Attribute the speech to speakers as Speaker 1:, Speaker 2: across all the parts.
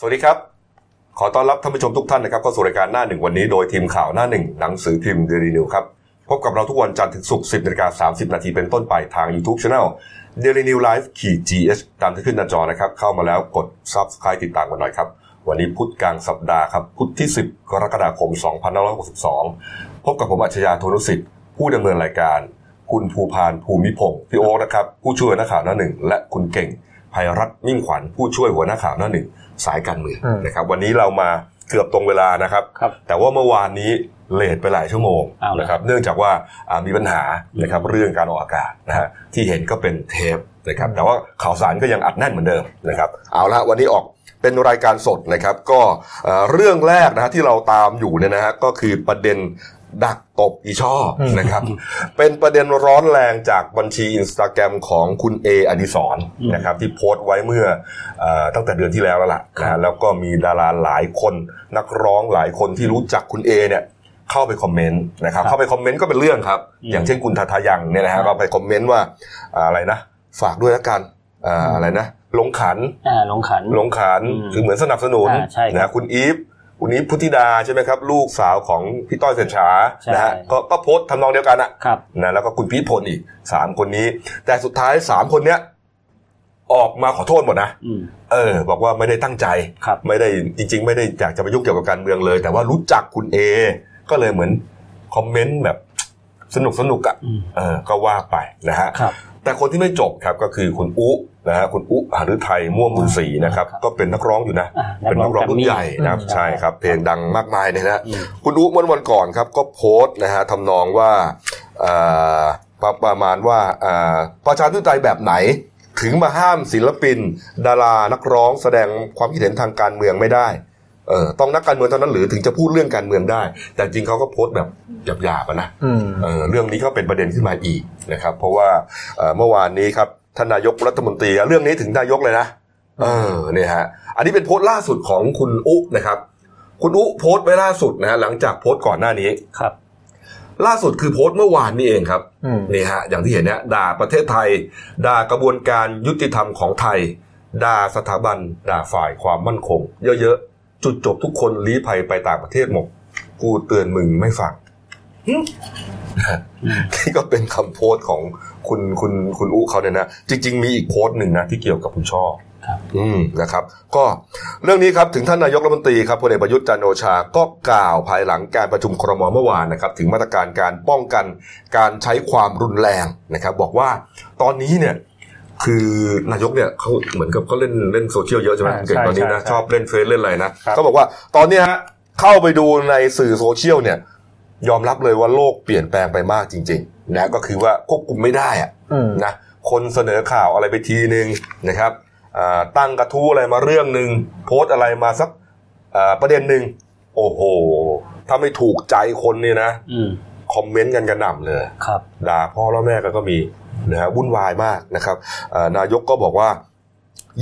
Speaker 1: สวัสดีครับ ขอต้อนรับท่านผู้ชมทุกท่านนะครับเข้าสู่รายการหน้าหนึ่งวันนี้โดยทีมข่าวหน้าหนึ่งหนังสือพิมพ์เดลีนิวครับ พบกับเราทุกวันจันทร์ถึงศุกร์10นาฬิกา30 นาทีเป็นต้นไปทาง YouTube Channel Daily New Life ขีด GH ตามที่ขึ้นหน้าจอนะครับ เข้ามาแล้วกด Subscribe ติดตามกันหน่อยครับ วันนี้พุธกลางสัปดาห์ครับ พุธที่ 10 กรกฎาคม 2562 พบกับผมอัจฉริยะโทนุสิทธิ์ ผู้ดำเนินรายการ คุณภูพานภูมิพงศ์พี่โอ๊คนะครับ ผู้ช่วยหน้าข่าวหน้าหนึ่งและคุณเก่งภัยรัตน์มิ่งขวัญผู้ช่วยหัวหน้าข่าวหน้าหนึ่งสายการเมือง
Speaker 2: อืม
Speaker 1: นะครับ วันนี้เรามาเกือบตรงเวลานะครับ
Speaker 2: ครับ
Speaker 1: แต่ว่าเมื่อวานนี้เลทไปหลายชั่วโมง
Speaker 2: อ้าวเหรอ
Speaker 1: นะครับ เนื่องจากว่าอ่ามีปัญหานะครับเรื่องการออกอากาศนะฮะที่เห็นก็เป็นเทปนะครับ แต่ว่าข่าวสารก็ยังอัดแน่นเหมือนเดิมนะครับ เอาละวันนี้ออกเป็นรายการสดนะครับ ก็เอ่อเรื่องแรกนะฮะที่เราตามอยู่เนี่ยนะฮะก็คือประเด็นดักตบอีช่อนะครับ เป็นประเด็นร้อนแรงจากบัญชีอินสตาแกรมของคุณเออดิสร
Speaker 2: อืม
Speaker 1: นะครับที่โพสต์ไว้เมื่อ เอ่อตั้งแต่เดือนที่แล้วแล้วล่ะนะฮะแล้วก็มีดาราหลายคน นักร้องหลายคนที่รู้จักคุณเอเนี่ยเข้าไปคอมเมนต์นะครับ
Speaker 2: ครับ
Speaker 1: เข้าไปคอมเมนต์ก็เป็นเรื่องครับ
Speaker 2: อืม
Speaker 1: อย่างเช่นคุณทาทายังเนี่ยนะ
Speaker 2: ครั
Speaker 1: ฮะ
Speaker 2: บ
Speaker 1: ก็ไปคอมเมนต์ว่าอ่าอะไรนะ ฝากด้วยละกันอ่าอะไรนะหลงขัน
Speaker 2: อ่าลงขัน
Speaker 1: หลงขัน
Speaker 2: อืม
Speaker 1: คือเหมือนสนับสนุน
Speaker 2: อ่าใช่ครับ
Speaker 1: นะฮะคุณอีฟคุณอีฟพุทธิดาใช่ไหมครับลูกสาวของพี่ต้อยเสนฉา
Speaker 2: ใช่
Speaker 1: นะฮะก็ก็โพสต์ทำนองเดียวกันอะ
Speaker 2: ครับ
Speaker 1: นะแล้วก็คุณพีทพลอีกสามคนนี้ แต่สุดท้ายสามคนเนี้ยออกมาขอโทษหมดนะ
Speaker 2: อืม
Speaker 1: เออ บอกว่าไม่ได้ตั้งใจ
Speaker 2: ครับ
Speaker 1: ไม่ได้จริง ๆ ไม่ได้อยากจะไปยุ่งเกี่ยวกับการเมืองเลย แต่ว่ารู้จักคุณเอ ก็เลยเหมือนคอมเมนต์แบบสนุกสนุกๆอะ
Speaker 2: อืม
Speaker 1: เออ ก็ว่าไปนะฮะ
Speaker 2: ครับ
Speaker 1: แต่คนที่ไม่จบครับก็คือคุณอุนะฮะคุณอุหฤทัยม่วงบุญศรีนะครับ
Speaker 2: ครับ
Speaker 1: ก็เป็นนักร้องอยู่นะ
Speaker 2: อ่า
Speaker 1: เป็นนักร้องรุ่นใหญ่
Speaker 2: แกมมี่
Speaker 1: นะครับ ใช่ครับ เพลงดังมากมายเลยนะ
Speaker 2: อืม
Speaker 1: คุณอุ๊เมื่อวันก่อนครับก็โพสต์นะฮะทำนองว่าเอ่อประประมาณว่าเอ่อประชาธิปไตยแบบไหน ถึงมาห้ามศิลปิน ดารานักร้องแสดงความคิดเห็นทางการเมืองไม่ได้เออต้องนักการเมืองเท่านั้นหรือถึงจะพูดเรื่องการเมืองได้ แต่จริงเขาก็โพสต์แบบหยาบๆอะนะ
Speaker 2: อืม
Speaker 1: เอ่อเรื่องนี้ก็เป็นประเด็นขึ้นมาอีกนะครับ เพราะว่าเอ่อเมื่อวานนี้ครับท่านนายกรัฐมนตรีเรื่องนี้ถึงนายกเลยนะเออเนี่ยฮะอันนี้เป็นโพสต์ล่าสุดของคุณอุ๊นะครับ คุณอุ๊โพสต์ไว้ล่าสุดนะฮะหลังจากโพสต์ก่อนหน้านี้
Speaker 2: ครับ
Speaker 1: ล่าสุดคือโพสต์เมื่อวานนี้เองครับ
Speaker 2: อืม
Speaker 1: นี่ฮะอย่างที่เห็นเนี่ยด่าประเทศไทย ด่ากระบวนการยุติธรรมของไทย ด่าสถาบัน ด่าฝ่ายความมั่นคง เยอะๆจุดจบทุกคนลี้ภัยไปต่างประเทศหมดกูเตือนมึงไม่ฟัง
Speaker 2: อืม
Speaker 1: นี่ ก็เป็นคำโพสต์ของคุณคุณคุณอุเขาเนี่ยนะ จริง ๆ มีอีกโพสต์หนึ่งนะที่เกี่ยวกับคุณช่อ
Speaker 2: ครับ
Speaker 1: อืมนะครับ ก็เรื่องนี้ครับถึงท่านนายกรัฐมนตรีครับพลเอกประยุทธ์จันทร์โอชาก็กล่าวภายหลังการประชุมครมเมื่อวานนะครับ ถึงมาตรการการป้องกันการใช้ความรุนแรงนะครับ บอกว่าตอนนี้เนี่ย คือนายกเนี่ยเขาเหมือนกับเขาเล่นเล่นโซเชียลเยอะใช่ไหม
Speaker 2: อ่า
Speaker 1: เก่ง
Speaker 2: ใช่
Speaker 1: ตอนนี้นะ
Speaker 2: ใช่
Speaker 1: ชอบเล่นเฟซเล่นอะไรนะครับ เขาบอกว่าตอนเนี้ยฮะเข้าไปดูในสื่อโซเชียลเนี่ย ยอมรับเลยว่าโลกเปลี่ยนแปลงไปมากจริงๆนะก็คือว่าควบคุมไม่ได้อะ
Speaker 2: อืม
Speaker 1: นะคนเสนอข่าวอะไรไปทีหนึ่งนะครับอ่าตั้งกระทู้อะไรมาเรื่องหนึ่งโพสต์อะไรมาสักอ่าประเด็นหนึ่งโอ้โห ถ้าไม่ถูกใจคนเนี่ยนะ
Speaker 2: อืม
Speaker 1: คอมเมนต์กันกระหน่ำเลย
Speaker 2: ครับ
Speaker 1: ด่าพ่อแล้วแม่กันก็มีนะฮะวุ่นวายมากนะครับเอ่อนายกก็บอกว่า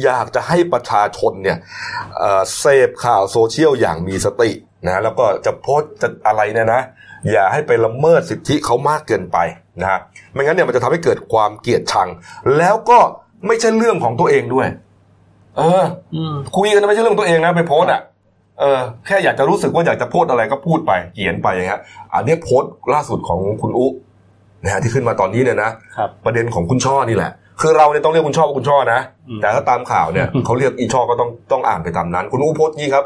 Speaker 1: อยากจะให้ประชาชนเนี่ยเอ่อเสพข่าวโซเชียลอย่างมีสตินะแล้วก็จะโพสต์จะอะไรเนี่ยนะ อย่าให้ไปละเมิดสิทธิเขามากเกินไปนะฮะไม่งั้นเนี่ยมันจะทำให้เกิดความเกลียดชัง แล้วก็ไม่ใช่เรื่องของตัวเองด้วย เออ
Speaker 2: อืม
Speaker 1: คุยกันไม่ใช่เรื่องตัวเองนะไปโพสต์อ่ะเออแค่อยากจะรู้สึกว่าอยากจะโพสต์อะไรก็พูดไปเขียนไปอย่างเงี้ยอันเนี้ยโพสต์ล่าสุดของคุณอุนะฮะที่ขึ้นมาตอนนี้เนี่ยนะครับ ประเด็นของคุณช่อนี่แหละ คือเราเนี่ยต้องเรียกคุณช่อว่าคุณช่อนะ
Speaker 2: อืม
Speaker 1: แต่ถ้าตามข่าว เนี่ยเขาเรียกอีช่อก็ต้องต้องอ่านไปตามนั้น คุณอุโพสต์งี้ครับ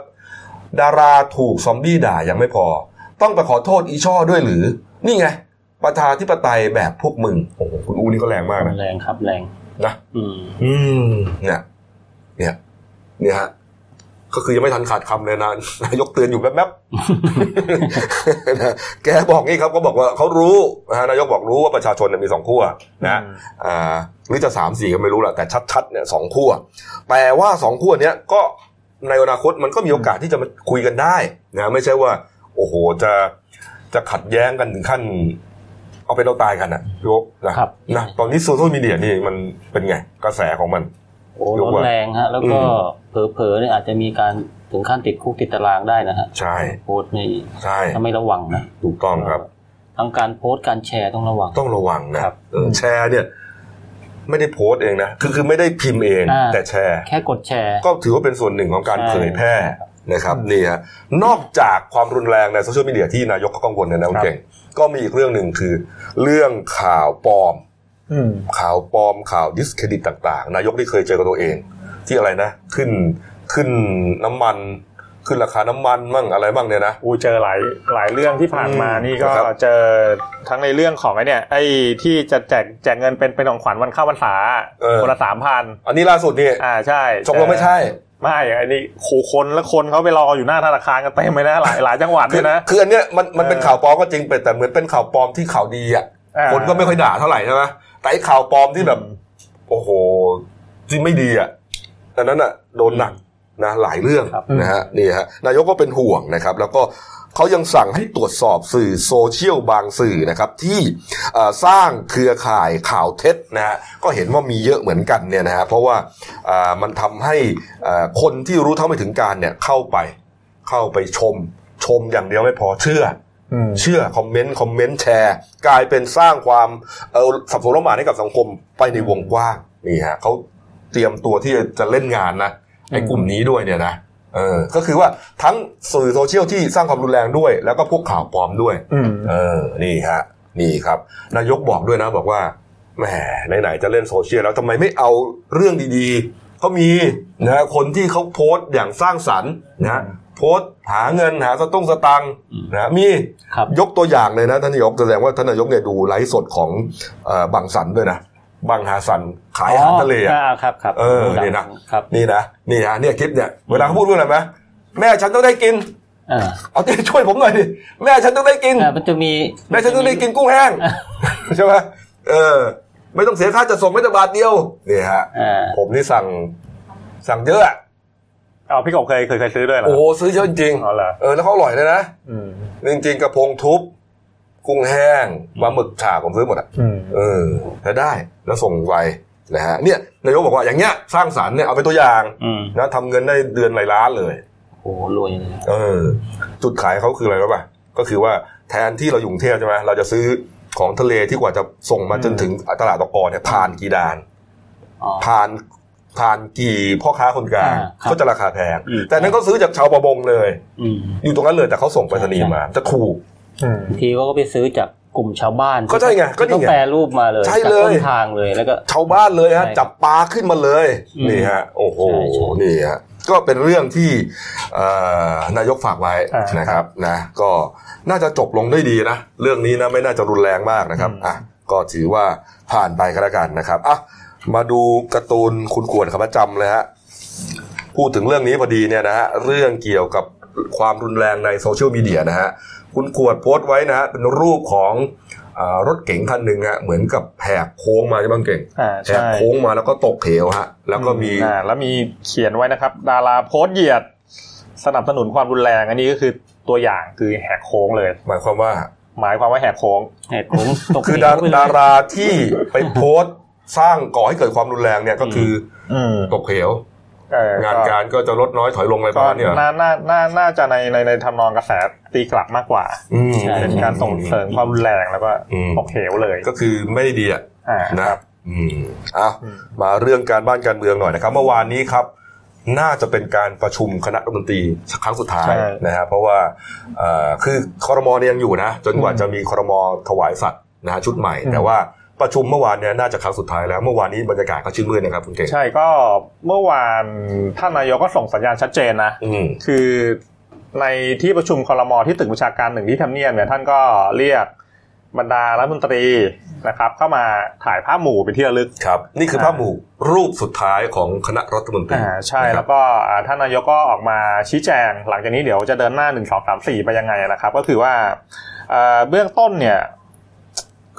Speaker 1: ดาราถูกซอมบี้ด่ายังไม่พอ ต้องไปขอโทษอีช่อด้วยหรือ นี่ไงประชาธิปไตยแบบพวกมึงโอ้โหคุณอูนี่ก็แรงมากนะ
Speaker 2: แรงครับแรง
Speaker 1: นะ
Speaker 2: อืม
Speaker 1: อืมเนี่ยเนี่ยเนี่ยฮะก็คือยังไม่ทันขาดคำเลยนะ นายกเตือนอยู่แป๊บๆ นะแกบอกงี้ครับก็บอกว่าเขารู้นะฮะนายกบอกรู้ว่าประชาชนเนี่ยมีสองขั้วนะอ่าหรือจะสามสี่ก็ไม่รู้แหละแต่ชัดๆเนี่ยสองขั้วแต่ว่าสองขั้วเนี้ยก็ในอนาคตมันก็มีโอกาสที่จะมาคุยกันได้นะไม่ใช่ว่า โอ้โหจะจะขัดแย้งกันถึงขั้น เอาเป็นเอาตายกันนะพี่โอ๊คนะครับ นะตอนนี้โซเชียลมีเดียนี่มันเป็นไงกระแสของมัน
Speaker 2: โอ้ร้อนแรงฮะ แล้วก็เผลอๆเนี่ยอาจจะมีการถึงขั้นติดคุกติดตารางได้นะฮะ
Speaker 1: ใช่
Speaker 2: โพสต์นี่
Speaker 1: ใช่
Speaker 2: ถ้าไม่ระวังนะ
Speaker 1: ถูกต้องครับ
Speaker 2: ทั้งการโพสต์การแชร์ต้องระวัง
Speaker 1: ต้องระวังนะครับ เออแชร์เนี่ย ไม่ได้โพสต์เองนะคือคือไม่ได้พิมพ์เอง
Speaker 2: อ่า
Speaker 1: แต่แชร์
Speaker 2: แค่กดแชร์
Speaker 1: ก็ถือว่าเป็นส่วนหนึ่งของการ
Speaker 2: ใช่
Speaker 1: เผยแพร่นะครับนี่ฮะนอกจากความรุนแรงในโซเชียลมีเดียที่นายกก็กังวลเนยนะคุณเก่งก็มีอีกเรื่องหนึ่งคือ เรื่องข่าวปลอม
Speaker 3: อืม
Speaker 1: ข่าวปลอมข่าวดิสเครดิตต่าง ๆ นายกได้เคยเจอกับตัวเอง ที่อะไรนะ ขึ้นขึ้นน้ำมัน ขึ้นราคาน้ำมันมั่งอะไรบ้างเนี่ยนะ
Speaker 3: อูเจอหลายหลายเรื่องที่ผ่านมา
Speaker 1: อืม
Speaker 3: นี่ก็
Speaker 1: ครับ
Speaker 3: เจอทั้งในเรื่องของไอ้เนี่ยไอ้ที่จะแจกแจกเงินเป็นเป็นของขวัญวันเข้าวันษาคนละสามพัน
Speaker 1: อันนี้ล่าสุดนี่
Speaker 3: อ่าใช่
Speaker 1: จงลงไม่ใช่
Speaker 3: ไม่ไอ้นี่ขู่คนแล้วคนเขาไปรออยู่หน้าธนาคารกันเต็มเลยนะหลายหลายจังหวัด
Speaker 1: คื
Speaker 3: ด้ว
Speaker 1: อย
Speaker 3: นะ
Speaker 1: คืออันเนี้ยมันมัน
Speaker 3: เออ
Speaker 1: เป็นข่าวปลอมก็จริงแต่แต่เหมือนเป็นข่าวปลอมที่ข่าวดีอ่ะคนก็ไม่ค่อยด่าเท่าไหร่ใช่ไหมแต่ไอ้ข่าวปลอมที่แบบ โอ้โหที่ไม่ดีอ่ะอันนั้นอ่ะโดนหนักนะหลายเรื่อง
Speaker 2: ครับ
Speaker 1: นะฮะนี่ฮะนายกก็เป็นห่วงนะครับ แล้วก็เขายังสั่งให้ตรวจสอบสื่อโซเชียลบางสื่อนะครับที่เอ่อสร้างเครือข่ายข่าวเท็จนะฮะก็เห็นว่ามีเยอะเหมือนกันเนี่ยนะฮะเพราะว่าอ่ามันทำให้อ่าคนที่รู้เท่าไม่ถึงการเนี่ยเข้าไปเข้าไปชม ชมอย่างเดียวไม่พอเชื่อ
Speaker 3: อืม
Speaker 1: เชื่อคอมเมนต์คอมเมนต์แชร์ กลายเป็นสร้างความเออสับสนละหมานให้กับสังคมไปในวงกว้างนี่ฮะเขาเตรียมตัวที่จะเล่นงานนะไอ้กลุ่มนี้ด้วยเนี่ยนะเออก็คือว่าทั้งสื่อโซเชียลที่สร้างความรุนแรงด้วย แล้วก็พวกข่าวปลอมด้วย
Speaker 3: อืม
Speaker 1: เออนี่ฮะนี่ครับ นายกบอกด้วยนะบอกว่าแหมไหนๆจะเล่นโซเชียลแล้วทำไมไม่เอาเรื่องดีๆเขามีนะฮะคนที่เขาโพสต์อย่างสร้างสรรค์นะฮะโพสต์หาเงินหาสตุ้งสตังค์นะฮะมี
Speaker 2: ครับ
Speaker 1: ยกตัวอย่างเลยนะท่านนายกแสดงว่าท่านนายกเนี่ยดูไลฟ์สดของเอ่อบังสันด้วยนะบังหาสันขายอาหารทะเลอะ
Speaker 2: าครับครับ
Speaker 1: เออ
Speaker 2: ดูดัง
Speaker 1: นี่นะ
Speaker 2: ครับ
Speaker 1: นี่นะนี่ฮะเนี่ยคลิปเนี่ยเวลาเขาพูดว่าอะไรไหมแม่ฉันต้องได้กิน
Speaker 2: เออ
Speaker 1: เอาที่ช่วยผมหน่อยดิแม่ฉันต้องได้กิน
Speaker 2: แต่มันจะมี
Speaker 1: แม่ฉันต้องได้กินกุ้งแห้ง ใช่ไหมเออ ไม่ต้องเสียค่าจะส่งไม่แต่บาทเดียวนี่ฮะ
Speaker 2: เออ
Speaker 1: ผมนี่สั่งสั่งเยอะอะ
Speaker 3: เอาพี่กบเคยเคยเคยซื้อด้วยเหรอ
Speaker 1: โอ้โหซื้อเยอะจริง
Speaker 3: เอาเหรอ
Speaker 1: เออแล้วเขาอร่อยเลยนะ
Speaker 3: อืม
Speaker 1: จริงๆกระพงทุบกุ้งแห้งปลาหมึกฉาผมซื้อหมดอะ
Speaker 3: อืม
Speaker 1: เออแล้วได้แล้วส่งไวนะฮะเนี่ยนายกบอกว่าอย่างเงี้ยสร้างสารรค์เนี่ยเอาเป็นตัวอย่าง
Speaker 2: อืม
Speaker 1: นะทำเงินได้เดือนหลายล้านเลย
Speaker 2: โอ้โหรวยเลยนะ
Speaker 1: เออจุดขายเขาคืออะไรรู้ป่ะก็คือว่าแทนที่เราอยู่กรุงเทพใช่ไหมเราจะซื้อของทะเลที่กว่าจะส่งมาจนถึงตลาดตะกอเนี่ยผ่านกี่ด่าน
Speaker 2: อ๋อ
Speaker 1: ผ่านผ่านกี่พ่อค้าคนกลาง
Speaker 2: อ่าครับ
Speaker 1: ก็จะราคาแพง
Speaker 2: อืม
Speaker 1: แต่นั้นก็ซื้อจากชาวประมงเลย
Speaker 2: อืม
Speaker 1: อยู่ตรงนั้นเลยแต่เขาส่งไปรษณีย์มาจะถูก
Speaker 3: อืม
Speaker 2: บางทีก็ไปซื้อจากกลุ่มชาวบ้าน
Speaker 1: ก็ใช่ไงก็นี่ไง
Speaker 2: ที่เขาแปรรูปมาเลย
Speaker 1: ใช่
Speaker 2: จาก
Speaker 1: เลย
Speaker 2: ต้นทางเลยแล้วก็
Speaker 1: ชาวบ้านเลยฮะ
Speaker 2: ใช่
Speaker 1: จับปลาขึ้นมาเลย
Speaker 2: อืม
Speaker 1: นี่ฮะโอ้โห
Speaker 2: ใช่ใช่
Speaker 1: นี่ฮะก็เป็นเรื่องที่เอ่อนายกฝากไว้นะครับนะก็น่าจะจบลงด้วยดีนะ เรื่องนี้นะไม่น่าจะรุนแรงมากนะครับอ่ะก็ถือว่าผ่านไปก็แล้วกันนะครับอ่ะมาดูการ์ตูนคุณขวนขประจำเลยฮะพูดถึงเรื่องนี้พอดีเนี่ยนะฮะเรื่องเกี่ยวกับความรุนแรงในโซเชียลมีเดียนะฮะคุณขวดโพสต์ไว้นะฮะเป็นรูปของเออรถเก๋งคันหนึ่งฮะเหมือนกับแหกโค้งมาใช่ไหมคุณเก่ง
Speaker 3: อ่า
Speaker 1: แหก
Speaker 3: ใช่
Speaker 1: โค้งมาแล้วก็ตกเหวฮะ แล้วก็มี
Speaker 3: อ่าแล้วมีเขียนไว้นะครับ ดาราโพสต์เหยียด สนับสนุนความรุนแรง อันนี้ก็คือตัวอย่างคือแหกโค้งเลย
Speaker 1: หมายความว่า
Speaker 3: หมายความว่าแหกโค้ง
Speaker 2: เห็ดผมตก
Speaker 1: คือ
Speaker 2: เห
Speaker 1: ดาว
Speaker 2: ไปเลย
Speaker 1: ดาราที่ไปโพสต์สร้างก่อให้เกิดความรุนแรงเนี่ยก็คือ
Speaker 3: อืม
Speaker 1: ตกเหว
Speaker 3: เออง
Speaker 1: านการก็จะลดน้อยถอยลงอะไรประ
Speaker 3: ก็
Speaker 1: มาณเนี้ย
Speaker 3: น่าน่าน่าน่าจะในในในทำนองกระแสตีกลับมากกว่า
Speaker 1: อืม
Speaker 2: ใช่
Speaker 3: เป็นการส่งเสริมความรุนแรงแล้วก็
Speaker 1: อืม
Speaker 3: ตกเหวเลย
Speaker 1: ก็คือไม่ดีอ่ะ
Speaker 3: อ่า
Speaker 1: นะครับอืมเอ้า
Speaker 3: อืม
Speaker 1: มาเรื่องการบ้านการเมืองหน่อยนะครับ เมื่อวานนี้ครับ น่าจะเป็นการประชุมคณะรัฐมนตรีครั้งสุดท้าย
Speaker 3: ใช่
Speaker 1: นะฮะเพราะว่าเอ่อคือคอรมอเนี่ยยังอยู่นะ จนกว่า
Speaker 3: อืม
Speaker 1: จะมีคอรมอถวายสัตว์นะฮะชุดใหม่
Speaker 3: อืม
Speaker 1: แต่ว่าประชุมเมื่อวานเนี่ยน่าจะครั้งสุดท้ายแล้วเมื่อวานนี้บรรยากาศก็ชื่นมื่นนะครับคุณเก่ง
Speaker 3: ใช่ก็เมื่อวานท่านนายกก็ส่งสัญญาณชัดเจนนะ
Speaker 1: อืม
Speaker 3: คือในที่ประชุมคอรมอที่ตึกประชาการหนึ่งที่ทำเนียบเนี่ยท่านก็เรียกบรรดารัฐมนตรีนะครับ เข้ามาถ่ายภาพหมู่เป็นที่ระลึก
Speaker 1: ครับ นี่คือภาพหมู่รูปสุดท้ายของคณะรัฐมนตรี
Speaker 3: อ่าใช่
Speaker 1: นะค
Speaker 3: แล้
Speaker 1: รับ
Speaker 3: วก็อ่าท่านนายกก็ออกมาชี้แจง หลังจากนี้เดี๋ยวจะเดินหน้าหนึ่งสองสามสี่ไปยังไงนะครับ ก็คือว่าเอ่อเบื้องต้นเนี่ย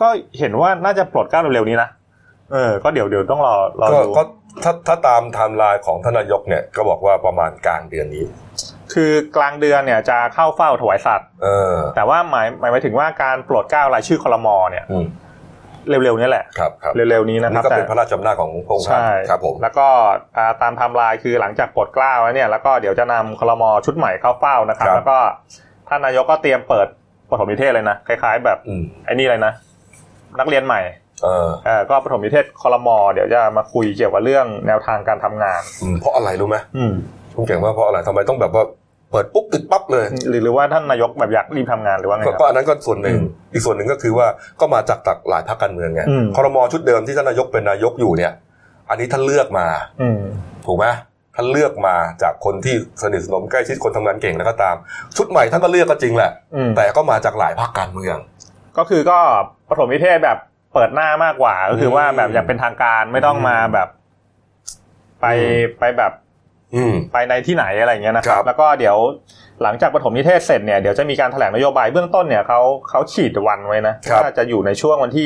Speaker 3: ก็เห็นว่าน่าจะปลดเกล้าเร็วๆนี้นะเออ ก็เดี๋ยวเดี๋ยวต้องรอรอ
Speaker 1: ก็
Speaker 3: ดู
Speaker 1: ก็ถ้าถ้าตามไทม์ไลน์ของท่านนายกเนี่ยก็บอกว่าประมาณกลางเดือนนี้
Speaker 3: คือกลางเดือนเนี่ยจะเข้าเฝ้าถวายสัตว์
Speaker 1: เออ
Speaker 3: แต่ว่าหมายหมายถึงว่าการปลดเกล้ารายชื่อคอรมอเนี่ย
Speaker 1: อืม
Speaker 3: เร็วๆนี้แหละ
Speaker 1: ครับครับ
Speaker 3: เร็วๆนี้นะครั
Speaker 1: นี่
Speaker 3: บ
Speaker 1: ก็เป็น
Speaker 3: แต่
Speaker 1: พระราชอำนาจของพระองค์ท่าน
Speaker 3: ใช่
Speaker 1: ครับผม
Speaker 3: แล้วก็อ่าตามไทำลายคือหลังจากปลดเกล้าแล้วเนี่ยแล้วก็เดี๋ยวจะนำคลมอชุดใหม่เข้าเฝ้านะครับ แล้วก็ท่านนายกก็เตรียมเปิดปฐมนิเทศเลยนะคล้ายๆ แบบ
Speaker 1: อืม
Speaker 3: ไอ้นี่เลยนะ นักเรียนใหม่
Speaker 1: เออ
Speaker 3: เอ่อก็ประถมนิเทศคอรมอเดี๋ยวจะมาคุยเกี่ยวกับเรื่องแนวทางการทำงาน
Speaker 1: อืมเพราะอะไรรู้ไหม
Speaker 3: อืม
Speaker 1: คุณเก่งว่าเพราะอะไรทำไมต้องแบบว่าเปิดปุ๊บติดปั๊บเลย
Speaker 3: หรือหรือว่าท่านนายกแบบอยากรีบทำงานหรือว่าไงค
Speaker 1: ก็
Speaker 3: รับ
Speaker 1: ก็อันนั้นก็ส่วนหนึ่ง
Speaker 3: อืม
Speaker 1: อีกส่วนหนึ่งก็คือว่าก็มาจากตักหลายพรรคการเมืองไง
Speaker 3: อืม
Speaker 1: คอรมอชุดเดิมที่ท่านนายกเป็นนายกอยู่เนี่ย อันนี้ท่านเลือกมา
Speaker 3: อืม
Speaker 1: ถูกไหมท่านเลือกมาจากคนที่สนิทสนมใกล้ชิดคนทำงานเก่งแล้วก็ตาม ชุดใหม่ท่านก็เลือกก็จริงแหละ
Speaker 3: อืม
Speaker 1: แต่ก็มาจากหลายพรรคการเมือง
Speaker 3: ก็คือก็ประถมนิเทศแบบเปิดหน้ามากกว่า ก็คือว่าแบบอย่างเป็นทางการไม่ต้องมาแบบ ไป
Speaker 1: อืม
Speaker 3: ไปแบบ
Speaker 1: อืม
Speaker 3: ไปในที่ไหนอะไรอย่างเงี้ยนะค
Speaker 1: ค
Speaker 3: รั
Speaker 1: รับ บ
Speaker 3: แล้วก็เดี๋ยวหลังจากประถมนิเทศเสร็จเนี่ยเดี๋ยวจะมีการแถลงนโยบายเบื้องต้นเนี่ยเขาเขาฉีดวันไว้นะว่าจะอยู่ในช่วงวันที่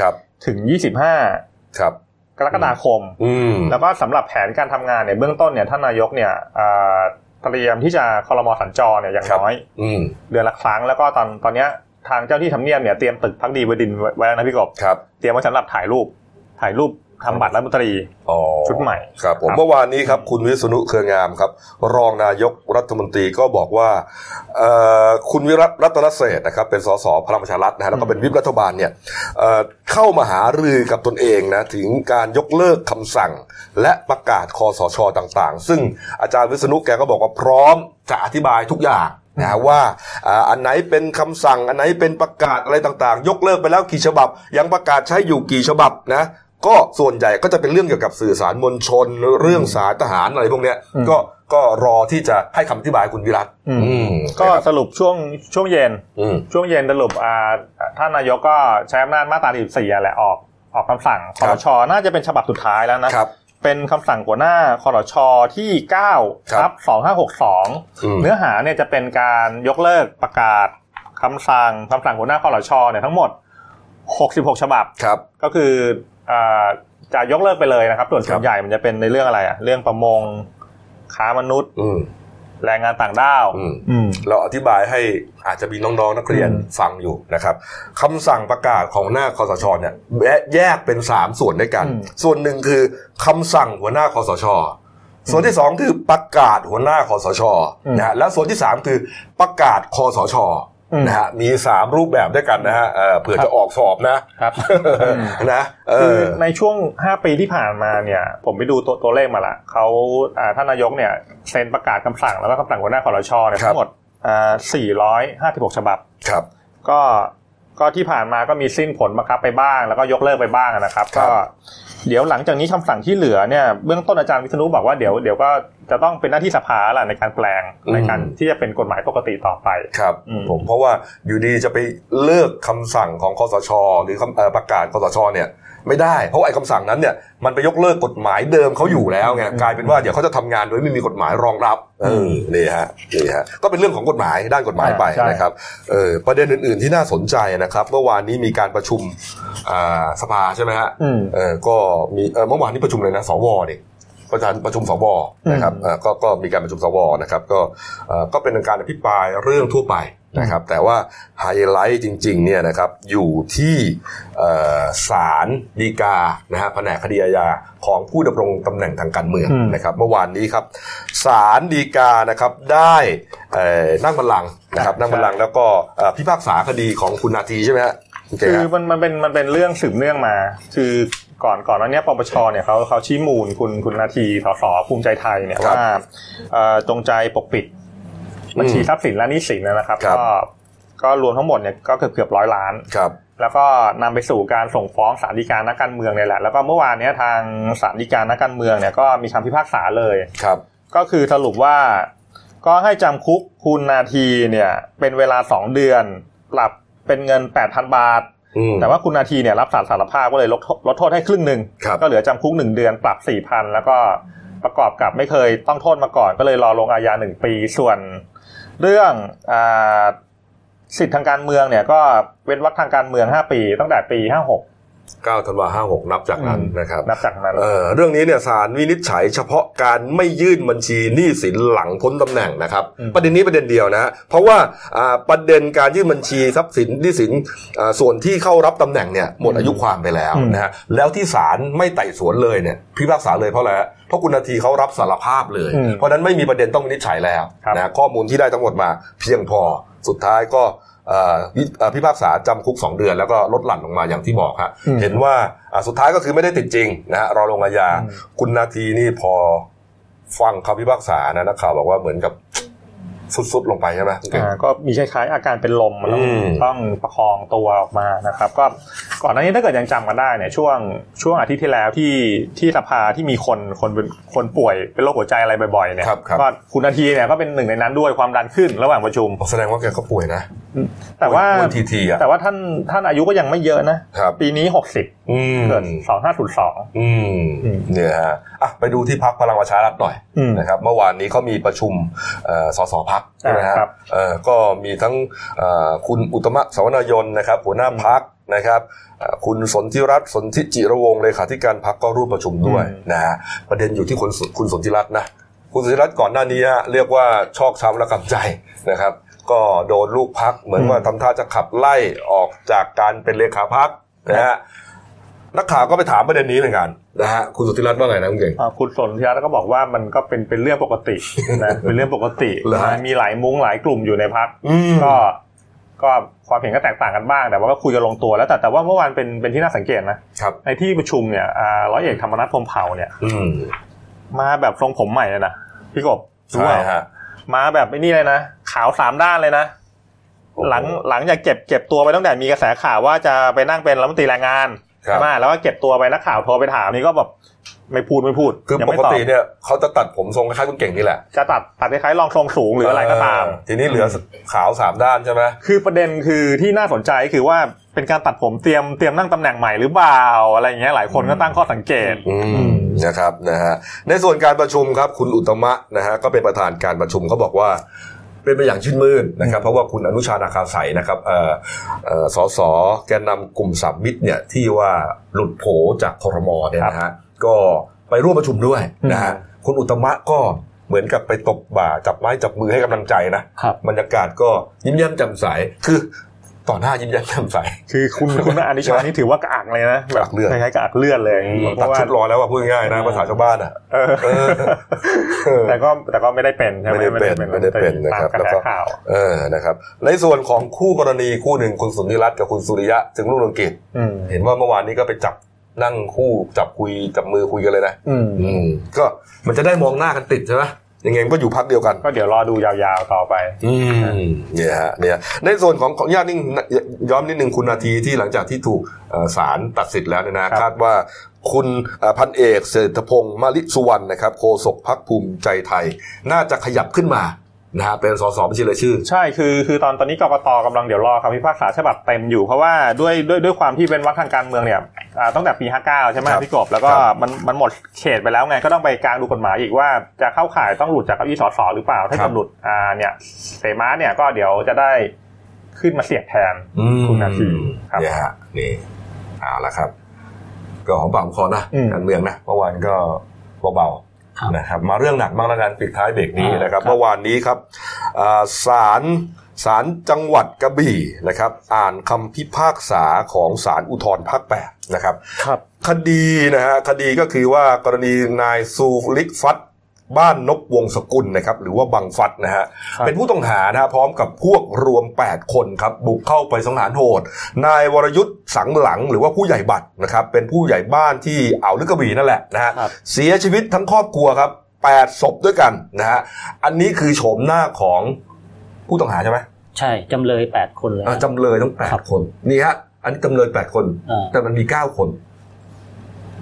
Speaker 1: ครับ
Speaker 3: 24 ถึง 25
Speaker 1: ครับ
Speaker 3: กรกฎาคม
Speaker 1: อืม
Speaker 3: แล้วก็สำหรับแผนการทำงานเนี่ยเบื้องต้นเนี่ยท่านนายกเนี่ยอ่าเตรียมที่จะคอรมอสัญจรเนี่ยอย่างน้อย
Speaker 1: อืม
Speaker 3: เดือนละครั้งแล้วก็ตอนตอนเนี้ยทางเจ้าที่ทำเนียบเนี่ยเตรียมตึกพักดีบดินทร์ไว้ไว้แล้วนะพี่กบ
Speaker 1: ครับ
Speaker 3: เตรียมไว้สำหรับถ่ายรูป ถ่ายรูปทำบัตรรัฐมนตรี
Speaker 1: อ๋อ
Speaker 3: ชุดใหม่
Speaker 1: ครับผม
Speaker 3: ครับ
Speaker 1: เมื่อวานนี้ครับ คุณวิษณุเครืองามครับ รองนายกรัฐมนตรีก็บอกว่าเอ่อคุณวิรัตรัตนเศรษฐ์นะครับ เป็นสสพลังประชารัฐนะฮะแล้วก็เป็นวิปรัฐบาลเนี่ยเอ่อเข้ามาหารือกับตนเองนะ ถึงการยกเลิกคำสั่ง และประกาศคอสชต่างๆ ซึ่งอาจารย์วิษณุแกก็บอกว่าพร้อมจะอธิบายทุกอย่างนะฮะว่าอ่าอันไหนเป็นคำสั่ง อันไหนเป็นประกาศอะไรต่างๆ ยกเลิกไปแล้วกี่ฉบับ ยังประกาศใช้อยู่กี่ฉบับนะ ก็ส่วนใหญ่ก็จะเป็นเรื่องเกี่ยวกับสื่อสารมวลชน เรื่องสายทหารอะไรพวกเนี้ย
Speaker 3: อืม
Speaker 1: ก็ก็รอที่จะให้คำอธิบายคุณวิรัต
Speaker 3: อืม
Speaker 1: อืม
Speaker 3: ก็สรุปช่วงช่วงเย็น
Speaker 1: อืม
Speaker 3: ช่วงเย็นสรุปอ่าท่านนายกก็ใช้อำนาจมาตรา14อะแหละออกออกคำสั่งค
Speaker 1: ครั
Speaker 3: อบ รชน่าจะเป็นฉบับสุดท้ายแล้วนะ
Speaker 1: ครับ
Speaker 3: เป็นคำสั่งหัวหน้าคอรชที่9
Speaker 1: ครับ
Speaker 3: 2562
Speaker 1: ม
Speaker 3: เนื้อหาเนี่ยจะเป็นการยกเลิกประกาศคำสั่งคำสั่งหัวหน้าคอรชเนี่ยทั้งหมด 66 ฉบับ
Speaker 1: ครับ
Speaker 3: ก็คืออ่าจะยกเลิกไปเลยนะครับส่วน
Speaker 1: ครั
Speaker 3: ส่
Speaker 1: บ
Speaker 3: วนใหญ่มันจะเป็นในเรื่องอะไรอะเรื่องประมงค้ามนุษย์
Speaker 1: อืม
Speaker 3: แรงงานต่างด้าว
Speaker 1: อืม
Speaker 3: อืม
Speaker 1: เราอธิบายให้อาจจะมีน้องๆนักเรียน
Speaker 3: อืม
Speaker 1: ฟังอยู่นะครับคำสั่งประกาศของหน้าคอสชเนี่ยแยกเป็นสามส่วนด้วยกัน ส่วนหนึ่งคือคำสั่งหัวหน้าคอสช ส่วนที่สองคือประกาศหัวหน้าคอสชนะฮะและส่วนที่สามคือประกาศคอสช
Speaker 3: อืม
Speaker 1: นะฮะมีสามรูปแบบด้วยกันนะฮะเอ่อเผื่อจะออกสอบนะครับ
Speaker 3: ม
Speaker 1: นะเอ
Speaker 3: คือ
Speaker 1: อ
Speaker 3: ในช่วง 5 ปีที่ผ่านมาเนี่ย ผมไปดูตัวตัวเลขมาละเขาอ่าท่านนายกเนี่ยเซ็นประกาศคำสั่งแล้วก็คำสั่งหัวหน้าคอรชเนี่ยทั้งหมดอ่า456 ฉบับ
Speaker 1: ครับ
Speaker 3: ก็ก็ที่ผ่านมาก็มีสิ้นผลบังคับไปบ้าง แล้วก็ยกเลิกไปบ้างนะครับ
Speaker 1: ครับ
Speaker 3: ก็เดี๋ยวหลังจากนี้คำสั่งที่เหลือเนี่ยเบื้องต้นอาจารย์วิษณุบอกว่าเดี๋ยวเดี๋ยวก็จะต้องเป็นหน้าที่สภาแหละในการแปลงในการที่จะเป็นกฎหมายปกติต่อไป
Speaker 1: ครับ
Speaker 3: อืม
Speaker 1: ผมเพราะว่าอยู่ดีจะไปเลิกคำสั่งของคอสช หรือคำเอ่อประกาศคอสชเนี่ยไม่ได้ เพราะว่าไอ้คำสั่งนั้นเนี่ยมันไปยกเลิกกฎหมายเดิมเขาอยู่แล้วไงกลายเป็นว่าเดี๋ยวเขาจะทำงานโดยไม่มีกฎหมายรองรับเออนี่ฮะนี่ฮะก็เป็นเรื่องของกฎหมายด้านกฎหมายไป
Speaker 3: ใช่
Speaker 1: นะครับเออประเด็นอื่น ๆที่น่าสนใจนะครับเมื่อวานนี้มีการประชุมอ่าสภาใช่ไหมฮะ
Speaker 3: อืม
Speaker 1: เออก็มีเออเมื่อวานนี้ประชุมเลยนะ สวดิประธานประชุมสวนะครับ
Speaker 3: อืม
Speaker 1: เอ่อก็ก็มีการประชุมสวนะครับ ก็เอ่อก็เป็นการอภิปรายเรื่องทั่วไปนะครับ แต่ว่าไฮไลท์จริง ๆ เนี่ยนะครับ อยู่ที่เอ่อศาลฎีกานะฮะแผนกคดีอาญาของผู้ดำรงตำแหน่งทางการเมืองนะครับ เมื่อวานนี้ครับศาลฎีกานะครับได้เอ่อนั่งบัลลังก์นะครับ นั่งบัลลังก์แล้วก็เอ่อพิพากษาคดีของคุณนาทีใช่ไหมฮะณเก๋
Speaker 3: คือ
Speaker 1: ฮะ
Speaker 3: มันมันเป็นมันเป็นเรื่องสืบเนื่องมา คือก่อนก่อนหนั้นเนี้ยปปชเนี่ยเขาเขาชี้มูลคุณคุณนาทีสสภูมิใจไทยเนี่ย
Speaker 1: ครับ
Speaker 3: ว่าเอ่อจงใจปกปิดบัญชี
Speaker 1: อืม
Speaker 3: ทรัพย์สินและหนี้สินนะครับ
Speaker 1: ครับ
Speaker 3: ก็ก็รวมทั้งหมดเนี่ยก็เกือบเกือบร้อยล้าน
Speaker 1: ครับ
Speaker 3: แล้วก็นำไปสู่การส่งฟ้องศาลฎีกานักการเมืองเนี่ยแหละแล้วก็เมื่อวานเนี้ยทางศาลฎีกานักการเมืองเนี่ยก็มีคำพิพากษาเลย
Speaker 1: ครับ
Speaker 3: ก็คือสรุปว่าก็ให้จำคุกคุณนาทีเนี่ยเป็นเวลา 2 เดือน ปรับเป็นเงิน 8,000 บาท
Speaker 1: อืม
Speaker 3: แต่ว่าคุณนาทีเนี่ยรับสารสารภาพก็เลยลดโทษลดโทษให้ครึ่งหนึ่ง
Speaker 1: ครับ
Speaker 3: ก็เหลือจำคุก 1 เดือนปรับ 4,000 แล้วก็ประกอบกับไม่เคยต้องโทษมาก่อน ก็เลยรอลงอาญา 1 ปีส่วน เรื่องอาสิทธิทางการเมืองเนี่ยก็เว้นวรรคทางการเมือง 5 ปีตั้งแต่ปี 56
Speaker 1: 9ธันวาห้าหกนับจากนั้น
Speaker 3: อืม
Speaker 1: นะครับ
Speaker 3: นับจากนั้น
Speaker 1: เอ่อเรื่องนี้เนี่ยศาลวินิจฉัยเฉพาะการไม่ยื่นบัญชีหนี้สินหลังพ้นตำแหน่งนะครับ
Speaker 3: อืม
Speaker 1: ประเด็นนี้ประเด็นเดียวนะฮะเพราะว่าอ่าประเด็นการยื่นบัญชีทรัพย์สินหนี้สินอ่าส่วนที่เข้ารับตำแหน่งเนี่ยหมดอายุความไปแล้วนะฮะแล้วที่ศาลไม่ไต่สวนเลยเนี่ยพิพากษาเลยเพราะอะไรฮะเพราะคุณนาทีเขารับสารภาพเลย
Speaker 3: อืม
Speaker 1: เพราะฉะนั้นไม่มีประเด็นต้องวินิจฉัยแล้ว
Speaker 3: ครับ
Speaker 1: นะข้อมูลที่ได้ทั้งหมดมาเพียงพอสุดท้ายก็ เอ่อพิเอ่อพิพากษาจำคุก 2 เดือนแล้วก็ลดหลั่นลงมาอย่างที่บอกฮะ
Speaker 3: อืม
Speaker 1: เห็นว่าอ่าสุดท้ายก็คือไม่ได้ติดจริงนะฮะรอลงอาญา
Speaker 3: อืม
Speaker 1: คุณนาทีนี่พอฟังคำพิพากษานะนักข่าวบอกว่าเหมือนกับสุดๆลงไปใช่ไหมคุณเก่ง
Speaker 3: อ่าก็มีคล้ายๆอาการเป็นลมแล้ว
Speaker 1: อืม
Speaker 3: ต้องประคองตัวออกมานะครับ ก็ก่อนหน้านี้ถ้าเกิดยังจำกันได้เนี่ยช่วงช่วงอาทิตย์ที่แล้วที่ที่สภาที่มีคนคนเป็นคนป่วยเป็นโรคหัวใจอะไรบ่อยๆเนี่ย
Speaker 1: ครับครับ
Speaker 3: ก็คุณนาทีเนี่ยก็เป็นหนึ่งในนั้นด้วยความดันขึ้นระหว่างประชุม
Speaker 1: แสดงว่าแกก็ป่วยนะ
Speaker 3: แต่ว่า
Speaker 1: ป่ยทีทีๆอ่ะ
Speaker 3: แต่ว่าท่านท่านอายุก็ยังไม่เยอะนะ
Speaker 1: ครับ
Speaker 3: ปีนี้หกสิบ
Speaker 1: อืม
Speaker 3: เกิดสองห้าศูนย์สอง
Speaker 1: อืม
Speaker 3: อืม
Speaker 1: เนี่ยฮะอ่ะไปดูที่พักพลังประชารัฐหน่อย
Speaker 3: อืม
Speaker 1: นะครับเมื่อวานนี้เขามีประชุมเอ่อสสพักใช่ไหมฮะ
Speaker 3: ครับ
Speaker 1: เอ่อก็มีทั้งเอ่อคุณอุตมะสวนายนนะครับ หัวหน้าพักนะครับเอ่อคุณสนธิรัตน์สนธิจิระวงศ์เลขาธิการพักก็ร่วมประชุมด้วย
Speaker 3: อืม
Speaker 1: นะฮะประเด็นอยู่ที่คุณสคุณสนธิรัตน์นะคุณสนธิรัตน์ก่อนหน้านี้ฮะเรียกว่าชอกช้ำและกำใจนะครับ ก็โดนลูกพักเหมือนว่าทำท่าจะขับไล่ออกจากการเป็นเลขาพักนะฮะนักข่าวก็ไปถามประเด็นนี้เหมือนกันนะฮะคุณสนธิรัตน์ว่าไงนะคุณเก่ง
Speaker 3: อ่าคุณสนธิรัตน์ก็บอกว่ามันก็เป็นเป็นเรื่องปกตินะ เป็นเรื่องปกติ
Speaker 1: เหรอฮะ
Speaker 3: นะมีหลายมุ้งหลายกลุ่มอยู่ในพัก
Speaker 1: อืม
Speaker 3: ก็ก็ความเห็นก็แตกต่างกันบ้าง แต่ว่าก็คุยกันลงตัวแล้วแต่แต่ว่าเมื่อวานเป็นเป็นที่น่าสังเกตนะครับ ในที่ประชุมเนี่ยอ่าร้อยเอกธรรมนัฐพรหมเผ่าเนี่ย
Speaker 1: อืม
Speaker 3: มาแบบทรงผมใหม่เลยนะพี่กบรู้
Speaker 1: ใช่
Speaker 3: เปล่า
Speaker 1: ฮะ
Speaker 3: มาแบบไอ้นี่เลยนะขาวสามด้านเลยนะ
Speaker 1: โอ้โห
Speaker 3: หลังหลังจากเก็บเก็บตัวไปตั้งแต่มีกระแสข่าวว่าจะไปนั่งเป็นรัฐมนตรีแรงงาน
Speaker 1: ครับ
Speaker 3: ใช่ไหมแล้วก็เก็บตัวไปนักข่าวโทรไปถามนี่ก็แบบไม่พูดไม่พูด
Speaker 1: คือ
Speaker 3: ยัง
Speaker 1: ป
Speaker 3: ไม่
Speaker 1: ก
Speaker 3: อบ
Speaker 1: ติเนี่ยเขาจะตัดผมทรงคล้ายๆคุณเก่งนี่แหละ
Speaker 3: จะตัดตัดคล้ายๆรองทรงสูงหรืออะไรก็ตาม
Speaker 1: เออทีนี้เหลือขาวสามด้านใช่ไหม
Speaker 3: คือประเด็นคือที่น่าสนใจคือว่าเป็นการตัดผมเตรียมเตรียมนั่งตำแหน่งใหม่หรือเปล่าอะไรอย่างเงี้ยหลายคนก็ตั้งข้อสังเกต
Speaker 1: อื
Speaker 3: อื
Speaker 1: ม
Speaker 3: ม
Speaker 1: นะครับนะฮะในส่วนการประชุมครับ คุณอุตมะนะฮะก็เป็นประธานการประชุมเขาบอกว่า เป็นไปอย่างชื่นมื่นนะครับ เพราะว่าคุณอนุชานาคาใสยนะครับเอ่อเอ่อสสแกนนำกลุ่มสามมิตรเนี่ยที่ว่าหลุดโผจากครมเนี่ยนะฮะก็ไปร่วมประชุมด้วยนะฮะคุณอุตมะก็เหมือนกับไปตบบ่าจับไม้จับมือให้กำลังใจนะ
Speaker 2: ครับ
Speaker 1: บรรยากาศก็ยิ้มแย้มแจ่มใส คือต่อหน้ายิ้มแย้มแจ่มใส
Speaker 3: คือคุณคุณอนิชานี่ถือว่ากระอักเลยนะ
Speaker 1: กระอักเลือด
Speaker 3: คล้ายๆกระอักเลือดเลยเพ
Speaker 1: ตัด
Speaker 3: ราะว่า
Speaker 1: ชุดรอแล้วว่าพูดง่ายๆนะภาษาชาวบ้านอ่ะ
Speaker 3: เออ
Speaker 1: เออ
Speaker 3: แต่ก็แต่ก็ไม่ได้เป็นใช่ห
Speaker 1: ไม่ได้เป็นไม่ได้เป็น
Speaker 3: ตา
Speaker 1: นะค
Speaker 3: ม
Speaker 1: รับ
Speaker 3: กระ
Speaker 1: แล้ว
Speaker 3: แส
Speaker 1: ก็
Speaker 3: ข่าว
Speaker 1: เออนะครับ ในส่วนของคู่กรณีคู่หนึ่งคุณสุนิรัตน์กับคุณสุริยะถึงรุ่งเรืองกิจ
Speaker 3: อืม
Speaker 1: เห็นว่าเมื่อวานนี้ก็ไปจับนั่งคู่จับคุยจับมือคุยกันเลยนะ
Speaker 3: อืม
Speaker 1: อืมก็มันจะได้มองหน้ากันติดใช่ไหมยังไงมันก็อยู่พักเดียวกัน
Speaker 3: ก็เดี๋ยวรอดูยาวๆต่อไป
Speaker 1: อืมเนี่ยฮะเนี่ยในส่วนของของญาตินิ่งย้อมนิดนึงคุณนาทีที่หลังจากที่ถูกเอ่อศาลตัดสินแล้วเนี่ยนะครับ คาดว่าคุณเอ่อพันเอกเศรษฐพงศ์มาลิสุวรรณนะครับโฆษกพักภูมิใจไทย น่าจะขยับขึ้นมานะฮะเป็นสสบัญชีรายชื่อ
Speaker 3: ใช่คือคือตอนตอนนี้กรกตกำลังเดี๋ยวรอคำพิพากษาฉบับเต็มอยู่เพราะว่าด้วยด้วยด้วยความที่เป็นวักทางการเมืองเนี่ยอ่าตั้งแต่ปี 59 ใช่ไหม
Speaker 1: ครับ
Speaker 3: พี่กบแล้วก็
Speaker 1: ครับ
Speaker 3: มันมันหมดเขตไปแล้วไงก็ต้องไปกลางดูกฎหมายอีกว่าจะเข้าข่ายต้องหลุดจากเก้าอี้สสหรือเปล่า ถ้าเกิดหลุดอ่าเนี่ยเสมาเนี่ยก็เดี๋ยวจะได้ขึ้นมาเสียบแทน
Speaker 1: อืม
Speaker 3: คุณนาทีครับ
Speaker 1: เนี่ยฮะนี่เอาละครับ ก็หอมปากหอมคอนะ
Speaker 3: อืม
Speaker 1: การเมืองนะเมื่อวานก็เบา
Speaker 2: ครับ
Speaker 1: ๆนะครับ มาเรื่องหนักมากแล้วกันปิดท้ายเบรกนี้นะครับ
Speaker 2: อ่าครับ
Speaker 1: เมื่อวานนี้ครับอ่าศาลศาลจังหวัดกระบี่นะครับ อ่านคำพิพากษาของศาลอุทธรภาคแปดนะครับ
Speaker 3: ครับ
Speaker 1: คดีนะฮะคดีก็คือว่ากรณีนายซูลิกฟัตบ้านนบวงสกุลนะครับ หรือว่าบังฟัตนะฮะ
Speaker 3: ครับ
Speaker 1: เป็นผู้ต้องหานะฮะพร้อมกับพวกรวม 8 คนครับ บุกเข้าไปสังหารโหด นายวรยุทธ์สังหลังหรือว่าผู้ใหญ่บัตรนะครับ เป็นผู้ใหญ่บ้านที่อ่าวลึกกระบี่นั่นแหละนะฮะ
Speaker 2: ครับ
Speaker 1: เสียชีวิตทั้งครอบครัวครับ8ศพด้วยกันนะฮะอันนี้คือโฉมหน้าของผู้ต้องหาใช่ไหม
Speaker 2: ใช่จำเลยแปดคนเลย
Speaker 1: อ่า
Speaker 2: ฮะ
Speaker 1: จำเลยทั้ง
Speaker 2: ครับ
Speaker 1: 8คนนี่ฮะอันนี้จำเลย 8 คน
Speaker 2: อ่า
Speaker 1: แต่มันมีเก้าคน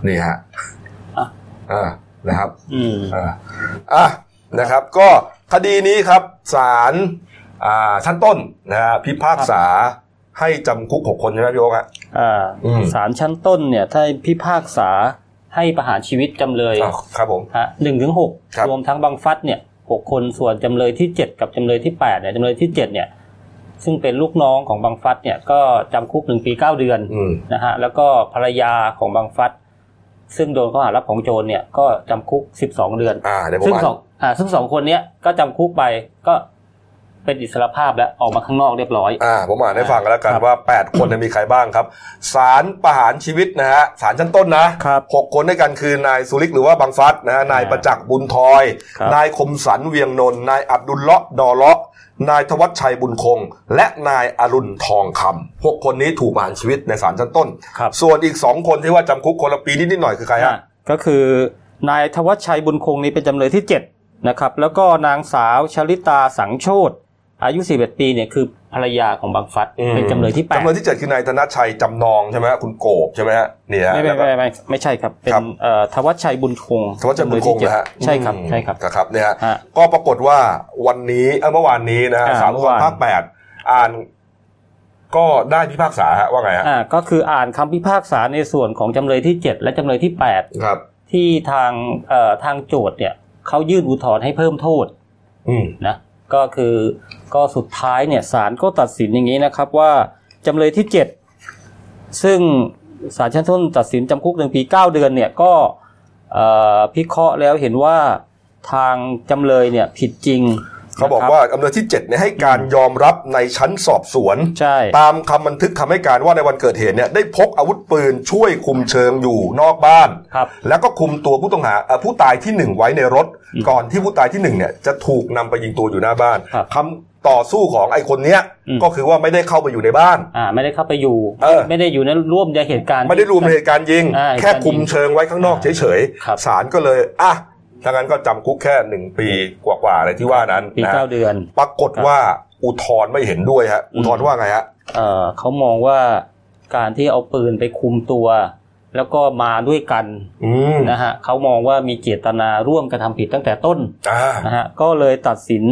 Speaker 1: นี่ฮะ
Speaker 2: อ่ะ
Speaker 1: อ่านะครับ
Speaker 2: อืม
Speaker 1: อ่าอ่ะนะครับ ก็คดีนี้ครับศาลอ่าชั้นต้นนะฮะพิพากษาให้จำคุกหกคนใช่ไหมพี่โอ๊คฮะ
Speaker 2: อ่า
Speaker 1: อืม
Speaker 2: ศาลชั้นต้นเนี่ยถ้าพิพากษาให้ประหารชีวิตจำเลย
Speaker 1: อ้าวครับผม
Speaker 2: ฮะหนึ่งถึงหก
Speaker 1: ครับ
Speaker 2: รวมทั้งบังฟัดเนี่ยหกคนส่วนจำเลยที่เจ็ดกับจำเลยที่แปดเนี่ยจำเลยที่เจ็ดเนี่ยซึ่งเป็นลูกน้องของบังฟัดเนี่ยก็จำคุกหนึ่งปีเก้าเดือน
Speaker 1: อืม
Speaker 2: นะฮะแล้วก็ภรรยาของบังฟัดซึ่งโดนข้อหารับของโจรเนี่ยก็จำคุกสิบสองเดือน
Speaker 1: อ่าเดี๋ยวผม
Speaker 2: ซึ่ง
Speaker 1: อ่าน
Speaker 2: สองอ่าซึ่งสองคนเนี้ยก็จำคุกไปก็ เป็นอิสรภาพแล้วออกมาข้างนอกเรียบร้อย
Speaker 1: อ่าผมอ่านให้ฟังกันแล้วกัน
Speaker 2: ครับ
Speaker 1: ว่า 8 คนเนี่ยมีใครบ้างครับสารประหารชีวิตนะฮะสารชั้นต้นนะครับหกคนด้วยกันคือนายสุริกหรือว่าบังฟัดนะฮะนายประจักษ์บุญทอย
Speaker 2: ครับ
Speaker 1: นายคมสันเวียงนนท์นายอับดุลเลาะดอเลาะนายธวัชชัยบุญคง และนายอรุณทองคำหกคนนี้ถูกประหารชีวิตในศาลชั้นต้น
Speaker 2: ครับ
Speaker 1: ส่วนอีกสองคนที่ว่าจำคุกคนละปีนิดๆหน่อยๆคือใครฮะ
Speaker 2: ก็คือนายธวัชชัยบุญคงนี่เป็นจำเลยที่ 7 นะครับ แล้วก็นางสาวชลิตาสังโชตอายุ 41 ปีเนี่ยคือภรรยาของบังฟัด
Speaker 1: อืม
Speaker 2: เป็นจำเลยที่ 8
Speaker 1: จำเลยที่เจ็ดคือนายธนชัยจำนองใช่ไหมฮะคุณโกบใช่ไหมฮะเนี่ยฮะ
Speaker 2: ไม่
Speaker 1: แล้วก็
Speaker 2: ไม่ไม่ไม่ไม่ใช่ครับ เป็น
Speaker 1: ครับ
Speaker 2: เอ่อธวัชชัยบุญคง
Speaker 1: ธวัชชัยบุญคง
Speaker 2: จำเลยที่เจ็ด
Speaker 1: นะฮะ
Speaker 2: ใช่ครับ
Speaker 1: อืม
Speaker 2: ใช่ครับ
Speaker 1: นะครับเนี่ยฮะ
Speaker 2: ฮะ
Speaker 1: ก็ปรากฏว่าวันนี้เอ้ยเมื่อวานนี้นะฮะ
Speaker 2: อ่า
Speaker 1: สารอุทธร
Speaker 2: เมื่อวาน
Speaker 1: ภาคแปดอ่านก็ได้พิพากษาฮะว่าไงฮะ
Speaker 2: อ่าก็คืออ่านคำพิพากษาในส่วนของจำเลยที่ 7 และจำเลยที่
Speaker 1: ครับ
Speaker 2: 8 ที่ทางเอ่อทางโจทย์เนี่ยเขายื่นอุทธรณ์ให้เพิ่มโทษ
Speaker 1: อืม
Speaker 2: นะก็คือก็สุดท้ายเนี่ยศาลก็ตัดสินอย่างนี้นะครับว่าจำเลยที่ 7 ซึ่งศาลชั้นต้นตัดสินจำคุกหนึ่งปี 9 เดือนเนี่ยก็เอ่อพิเคราะห์แล้วเห็นว่าทางจำเลยเนี่ยผิดจริง
Speaker 1: เขาบอก
Speaker 2: นะครับ
Speaker 1: ว่าจำเลยที่เจ็ดเนี่ยให้การยอมรับในชั้นสอบสวน
Speaker 2: ใช่
Speaker 1: ตามคำบันทึกคำให้การว่าในวันเกิดเหตุเนี่ยได้พกอาวุธปืนช่วยคุมเชิงอยู่นอกบ้าน
Speaker 2: ครับ
Speaker 1: แล้วก็คุมตัวผู้ต้องหาเอ่อผู้ตายที่หนึ่งไว้ในรถ
Speaker 2: อืม
Speaker 1: ก่อนที่ผู้ตายที่หนึ่งเนี่ยจะถูกนำไปยิงตัวอยู่หน้าบ้าน
Speaker 2: ครับ
Speaker 1: คำต่อสู้ของไอ้คนเนี้ย
Speaker 2: อืม
Speaker 1: ก็คือว่าไม่ได้เข้าไปอยู่ในบ้าน
Speaker 2: อ่าไม่ได้เข้าไปอยู่
Speaker 1: เออ
Speaker 2: ไม่ได้อยู่ในร่วมในเหตุการณ์
Speaker 1: ไม่ได้รวมในเหตุการณ์ยิง
Speaker 2: อ่า
Speaker 1: แค่คุมเชิงไว้ข้างนอกเฉย
Speaker 2: ครับ
Speaker 1: ๆศาลก็เลยอ่ะถ้างั้นก็จำคุกแค่หนึ่งปีกว่าๆอะไรที่ว่านั้น
Speaker 2: ปี
Speaker 1: นะ
Speaker 2: เก้า
Speaker 1: ฮะ
Speaker 2: เดือน
Speaker 1: ปรากฏว่าอุทธรณ์ไม่เห็นด้วยฮะอุทธรณ์ว่าไงฮะ
Speaker 2: เอ่อเขามองว่าการที่เอาปืนไปคุมตัว แล้วก็มาด้วยกัน
Speaker 1: อืม
Speaker 2: นะฮะเขามองว่ามีเจตนาร่วมกระทำผิดตั้งแต่ต้น
Speaker 1: อ่า
Speaker 2: นะฮะก็เลยตัดสิน